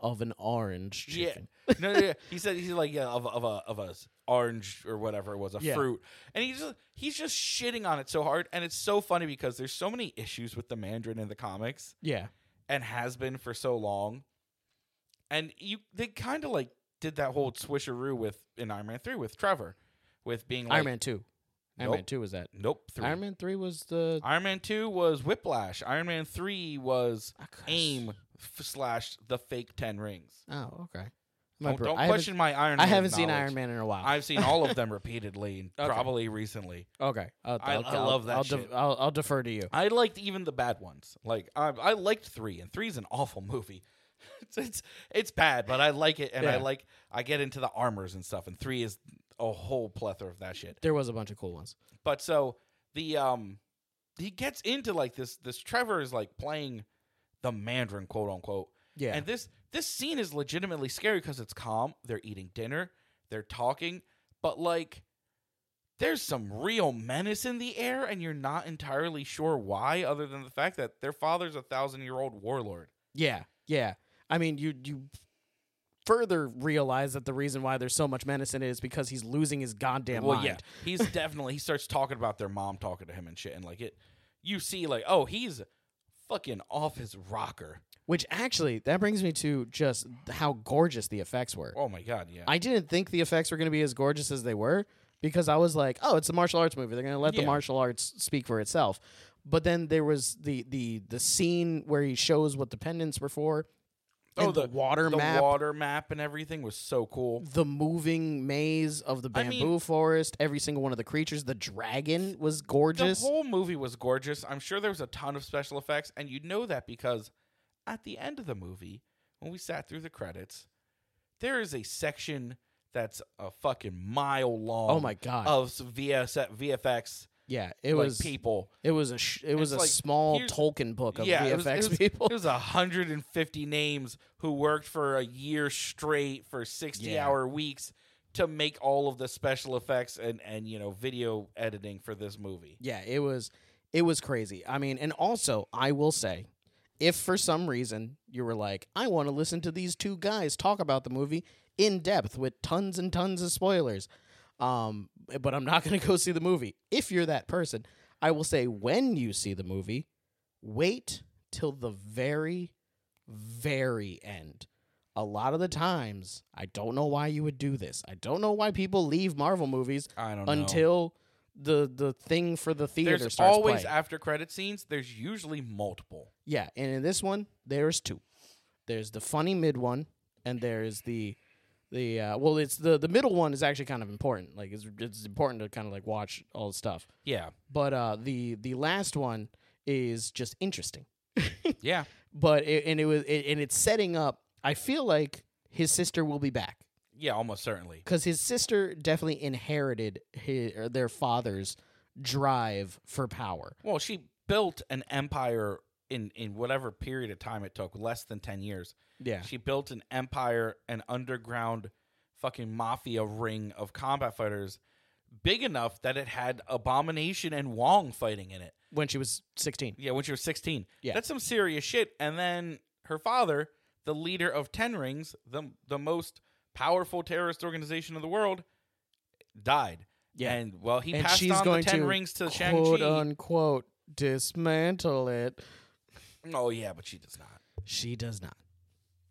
[SPEAKER 1] of an orange chicken.
[SPEAKER 2] yeah, no, no, yeah. he said he's like yeah of a- of a of a s- orange or whatever it was a
[SPEAKER 1] Yeah.
[SPEAKER 2] fruit, and he's just he's just shitting on it so hard, and it's so funny because there's so many issues with the Mandarin in the comics.
[SPEAKER 1] Yeah.
[SPEAKER 2] and has been for so long. And you they kind of like did that whole swisheroo with in Iron Man 3 with Trevor with being like
[SPEAKER 1] Iron Man 2. Iron Man
[SPEAKER 2] Nope.
[SPEAKER 1] 2 was that.
[SPEAKER 2] nope 3.
[SPEAKER 1] Iron Man 3 was the.
[SPEAKER 2] Iron Man 2 was Whiplash. Iron Man 3 was
[SPEAKER 1] I could've s-
[SPEAKER 2] AIM f- slash the fake 10 rings.
[SPEAKER 1] Oh, okay. My
[SPEAKER 2] Don't,
[SPEAKER 1] bro-
[SPEAKER 2] don't
[SPEAKER 1] I haven't-
[SPEAKER 2] question my Iron
[SPEAKER 1] I
[SPEAKER 2] Man.
[SPEAKER 1] haven't seen
[SPEAKER 2] knowledge.
[SPEAKER 1] Iron Man in a while.
[SPEAKER 2] I've seen all of them repeatedly and
[SPEAKER 1] Okay.
[SPEAKER 2] probably recently.
[SPEAKER 1] Okay, I'll,
[SPEAKER 2] I-
[SPEAKER 1] I'll-
[SPEAKER 2] I
[SPEAKER 1] I'll-
[SPEAKER 2] love that
[SPEAKER 1] I'll,
[SPEAKER 2] shit.
[SPEAKER 1] I'll, I'll defer to you.
[SPEAKER 2] I liked even the bad ones. Like I, I liked three, and three's an awful movie. it's, it's it's bad, but I like it, and I
[SPEAKER 1] Yeah.
[SPEAKER 2] like I get into the armors and stuff. And three is a whole plethora of that shit.
[SPEAKER 1] There was a bunch of cool ones.
[SPEAKER 2] But so the um he gets into like this this Trevor is like playing the Mandarin quote unquote.
[SPEAKER 1] Yeah.
[SPEAKER 2] And this this scene is legitimately scary because it's calm. They're eating dinner. They're talking, but like there's some real menace in the air, and you're not entirely sure why, other than the fact that their father's a thousand year old warlord.
[SPEAKER 1] Yeah, yeah. I mean, you you further realize that the reason why there's so much menace in it is because he's losing his goddamn
[SPEAKER 2] well,
[SPEAKER 1] mind.
[SPEAKER 2] yeah, he's definitely he starts talking about their mom talking to him and shit, and like it, you see like oh he's fucking off his rocker.
[SPEAKER 1] Which actually, that brings me to just how gorgeous the effects were.
[SPEAKER 2] Oh my god, yeah.
[SPEAKER 1] I didn't think the effects were going to be as gorgeous as they were because I was like, oh, it's a martial arts movie. They're going to let
[SPEAKER 2] Yeah.
[SPEAKER 1] the martial arts speak for itself. But then there was the the the scene where he shows what the pendants were for. and the, water
[SPEAKER 2] Oh, the
[SPEAKER 1] map.
[SPEAKER 2] water map, and everything was so cool.
[SPEAKER 1] the moving maze of the
[SPEAKER 2] I
[SPEAKER 1] bamboo
[SPEAKER 2] mean-
[SPEAKER 1] forest, every single one of the creatures, the dragon was gorgeous.
[SPEAKER 2] The whole movie was gorgeous. I'm sure there was a ton of special effects, and you know that because at the end of the movie, when we sat through the credits, there is a section that's a fucking mile long.
[SPEAKER 1] Oh my God.
[SPEAKER 2] Of s- VS, VFX,
[SPEAKER 1] yeah, it
[SPEAKER 2] like,
[SPEAKER 1] was
[SPEAKER 2] people.
[SPEAKER 1] It was a sh- it was a
[SPEAKER 2] It's like,
[SPEAKER 1] small
[SPEAKER 2] here's-
[SPEAKER 1] Tolkien book of
[SPEAKER 2] yeah,
[SPEAKER 1] VFX
[SPEAKER 2] it was, it was,
[SPEAKER 1] people.
[SPEAKER 2] It was 150 names who worked for a year straight for 60
[SPEAKER 1] Yeah.
[SPEAKER 2] hour weeks to make all of the special effects and and you know video editing for this movie.
[SPEAKER 1] yeah, it was it was crazy. I mean, and also I will say, if for some reason you were like, I want to listen to these two guys talk about the movie in depth with tons and tons of spoilers, um, but I'm not going to go see the movie. If you're that person, I will say when you see the movie, wait till the very, very end. A lot of the times, I don't know why you would do this. I don't know why people leave Marvel movies
[SPEAKER 2] I don't know.
[SPEAKER 1] until the the thing for the theater
[SPEAKER 2] There's
[SPEAKER 1] starts
[SPEAKER 2] always
[SPEAKER 1] playing.
[SPEAKER 2] after credit scenes. There's usually multiple.
[SPEAKER 1] yeah, and in this one, there's two. There's the funny mid one, and there's the the uh, well, it's the the middle one is actually kind of important. Like it's it's important to kind of like watch all the stuff.
[SPEAKER 2] Yeah,
[SPEAKER 1] But uh, the the last one is just interesting.
[SPEAKER 2] yeah.
[SPEAKER 1] But it, and it was it, and it's setting up. I feel like his sister will be back
[SPEAKER 2] Yeah, almost certainly.
[SPEAKER 1] because his sister definitely inherited his, or their father's drive for power.
[SPEAKER 2] Well, she built an empire in in whatever period of time it took, less than 10 years.
[SPEAKER 1] Yeah,
[SPEAKER 2] She built an empire, an underground fucking mafia ring of combat fighters big enough that it had Abomination and Wong fighting in it.
[SPEAKER 1] when she was sixteen.
[SPEAKER 2] Yeah, when she was 16.
[SPEAKER 1] Yeah.
[SPEAKER 2] That's some serious shit. And then her father, the leader of Ten Rings, the the most powerful terrorist organization in the world, died.
[SPEAKER 1] Yeah.
[SPEAKER 2] And well, he
[SPEAKER 1] and
[SPEAKER 2] passed
[SPEAKER 1] she's
[SPEAKER 2] on
[SPEAKER 1] going
[SPEAKER 2] the Ten
[SPEAKER 1] to
[SPEAKER 2] Rings to
[SPEAKER 1] quote
[SPEAKER 2] Shang-Chi.
[SPEAKER 1] unquote dismantle it.
[SPEAKER 2] Oh, yeah, but she does not.
[SPEAKER 1] She does not.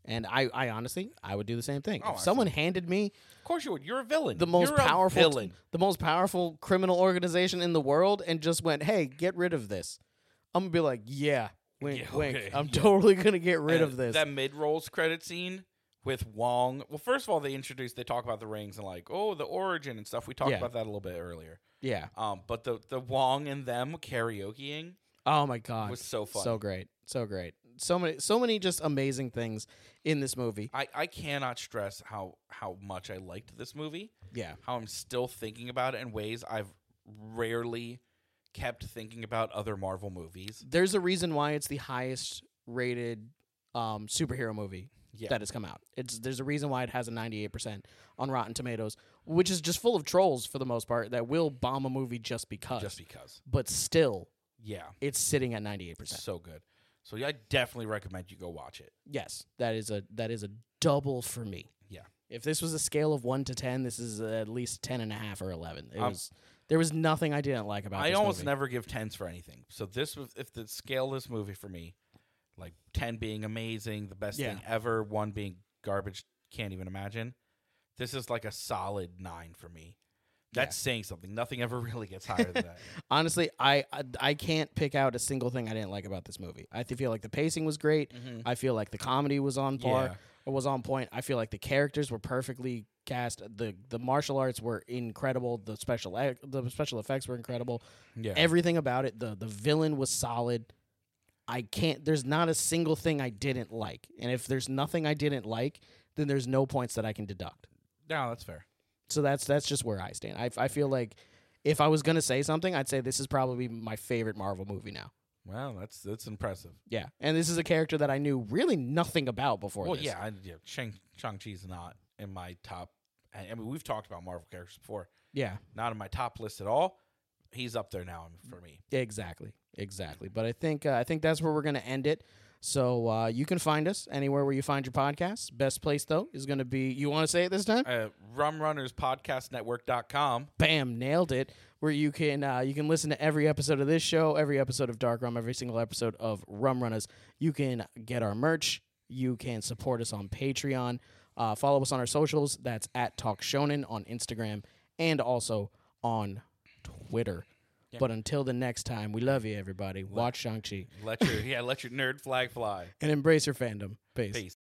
[SPEAKER 1] And I, I honestly, I would do the same thing.
[SPEAKER 2] Oh,
[SPEAKER 1] if someone handed me
[SPEAKER 2] Of course you would. You're a villain.
[SPEAKER 1] the most
[SPEAKER 2] You're a
[SPEAKER 1] powerful,
[SPEAKER 2] villain.
[SPEAKER 1] the most powerful criminal organization in the world, and just went, "Hey, get rid of this," I'm gonna be like, "Yeah, wink,
[SPEAKER 2] Yeah,
[SPEAKER 1] wink.
[SPEAKER 2] okay,
[SPEAKER 1] I'm
[SPEAKER 2] yeah.
[SPEAKER 1] totally gonna get rid
[SPEAKER 2] And
[SPEAKER 1] of this."
[SPEAKER 2] That mid rolls credit scene with Wong. Well, first of all, they introduced they talk about the rings and like oh the origin and stuff. We talked
[SPEAKER 1] Yeah.
[SPEAKER 2] about that a little bit earlier.
[SPEAKER 1] Yeah.
[SPEAKER 2] Um, but the the Wong and them karaokeing
[SPEAKER 1] Oh my god.
[SPEAKER 2] was so fun.
[SPEAKER 1] So great. So great. So many so many just amazing things in this movie.
[SPEAKER 2] I I cannot stress how how much I liked this movie.
[SPEAKER 1] Yeah.
[SPEAKER 2] How I'm still thinking about it in ways I've rarely kept thinking about other Marvel movies.
[SPEAKER 1] There's a reason why it's the highest rated um, superhero movie
[SPEAKER 2] Yeah.
[SPEAKER 1] that has come out. It's there's a reason why it has a 98% on Rotten Tomatoes, which is just full of trolls for the most part that will bomb a movie just because.
[SPEAKER 2] just because.
[SPEAKER 1] but still,
[SPEAKER 2] Yeah.
[SPEAKER 1] it's sitting at 98%.
[SPEAKER 2] So good. So yeah, I definitely recommend you go watch it.
[SPEAKER 1] Yes, that is a that is a double for me.
[SPEAKER 2] Yeah.
[SPEAKER 1] If this was a scale of 1 to 10, this is at least 10 and a half or 11. It
[SPEAKER 2] Um,
[SPEAKER 1] was there was nothing I didn't like about
[SPEAKER 2] I
[SPEAKER 1] this
[SPEAKER 2] almost
[SPEAKER 1] movie.
[SPEAKER 2] never give tens for anything. So this was if the scale of this movie for me, like ten being amazing, the best
[SPEAKER 1] Yeah.
[SPEAKER 2] thing ever, one being garbage, can't even imagine. This is like a solid nine for me. That's saying something. Nothing ever really gets higher than that.
[SPEAKER 1] Honestly, I, I I can't pick out a single thing I didn't like about this movie. I th- feel like the pacing was great. I feel like the comedy was on par.
[SPEAKER 2] Mm-hmm. Yeah.
[SPEAKER 1] It was on point. I feel like the characters were perfectly cast. the The martial arts were incredible. The special e- the special effects were incredible.
[SPEAKER 2] Yeah.
[SPEAKER 1] Everything about it. the The villain was solid. I can't. There's not a single thing I didn't like. And if there's nothing I didn't like, then there's no points that I can deduct.
[SPEAKER 2] no, that's fair.
[SPEAKER 1] So that's that's just where I stand. I, I feel like if I was gonna say something, I'd say this is probably my favorite Marvel movie now.
[SPEAKER 2] Wow, that's that's impressive.
[SPEAKER 1] Yeah, and this is a character that I knew really nothing about before.
[SPEAKER 2] well,
[SPEAKER 1] this.
[SPEAKER 2] yeah, I, yeah. Shang Shang Chi's not in my top. I I mean, we've talked about Marvel characters before.
[SPEAKER 1] yeah,
[SPEAKER 2] Not in my top list at all. He's up there now for me.
[SPEAKER 1] exactly, exactly. But I think uh, I think that's where we're gonna end it. So uh, you can find us anywhere where you find your podcasts. Best place though is gonna be. You want to say it this time?
[SPEAKER 2] uh, rumrunnerspodcastnetwork.com.
[SPEAKER 1] bam nailed it where you can uh, you can listen to every episode of this show every episode of dark rum every single episode of rum runners you can get our merch you can support us on patreon uh, follow us on our socials that's at talk shonen on instagram and also on twitter but until the next time we love you everybody watch shang-chi
[SPEAKER 2] Let your yeah, let your nerd flag fly.
[SPEAKER 1] and embrace your fandom peace
[SPEAKER 2] Peace.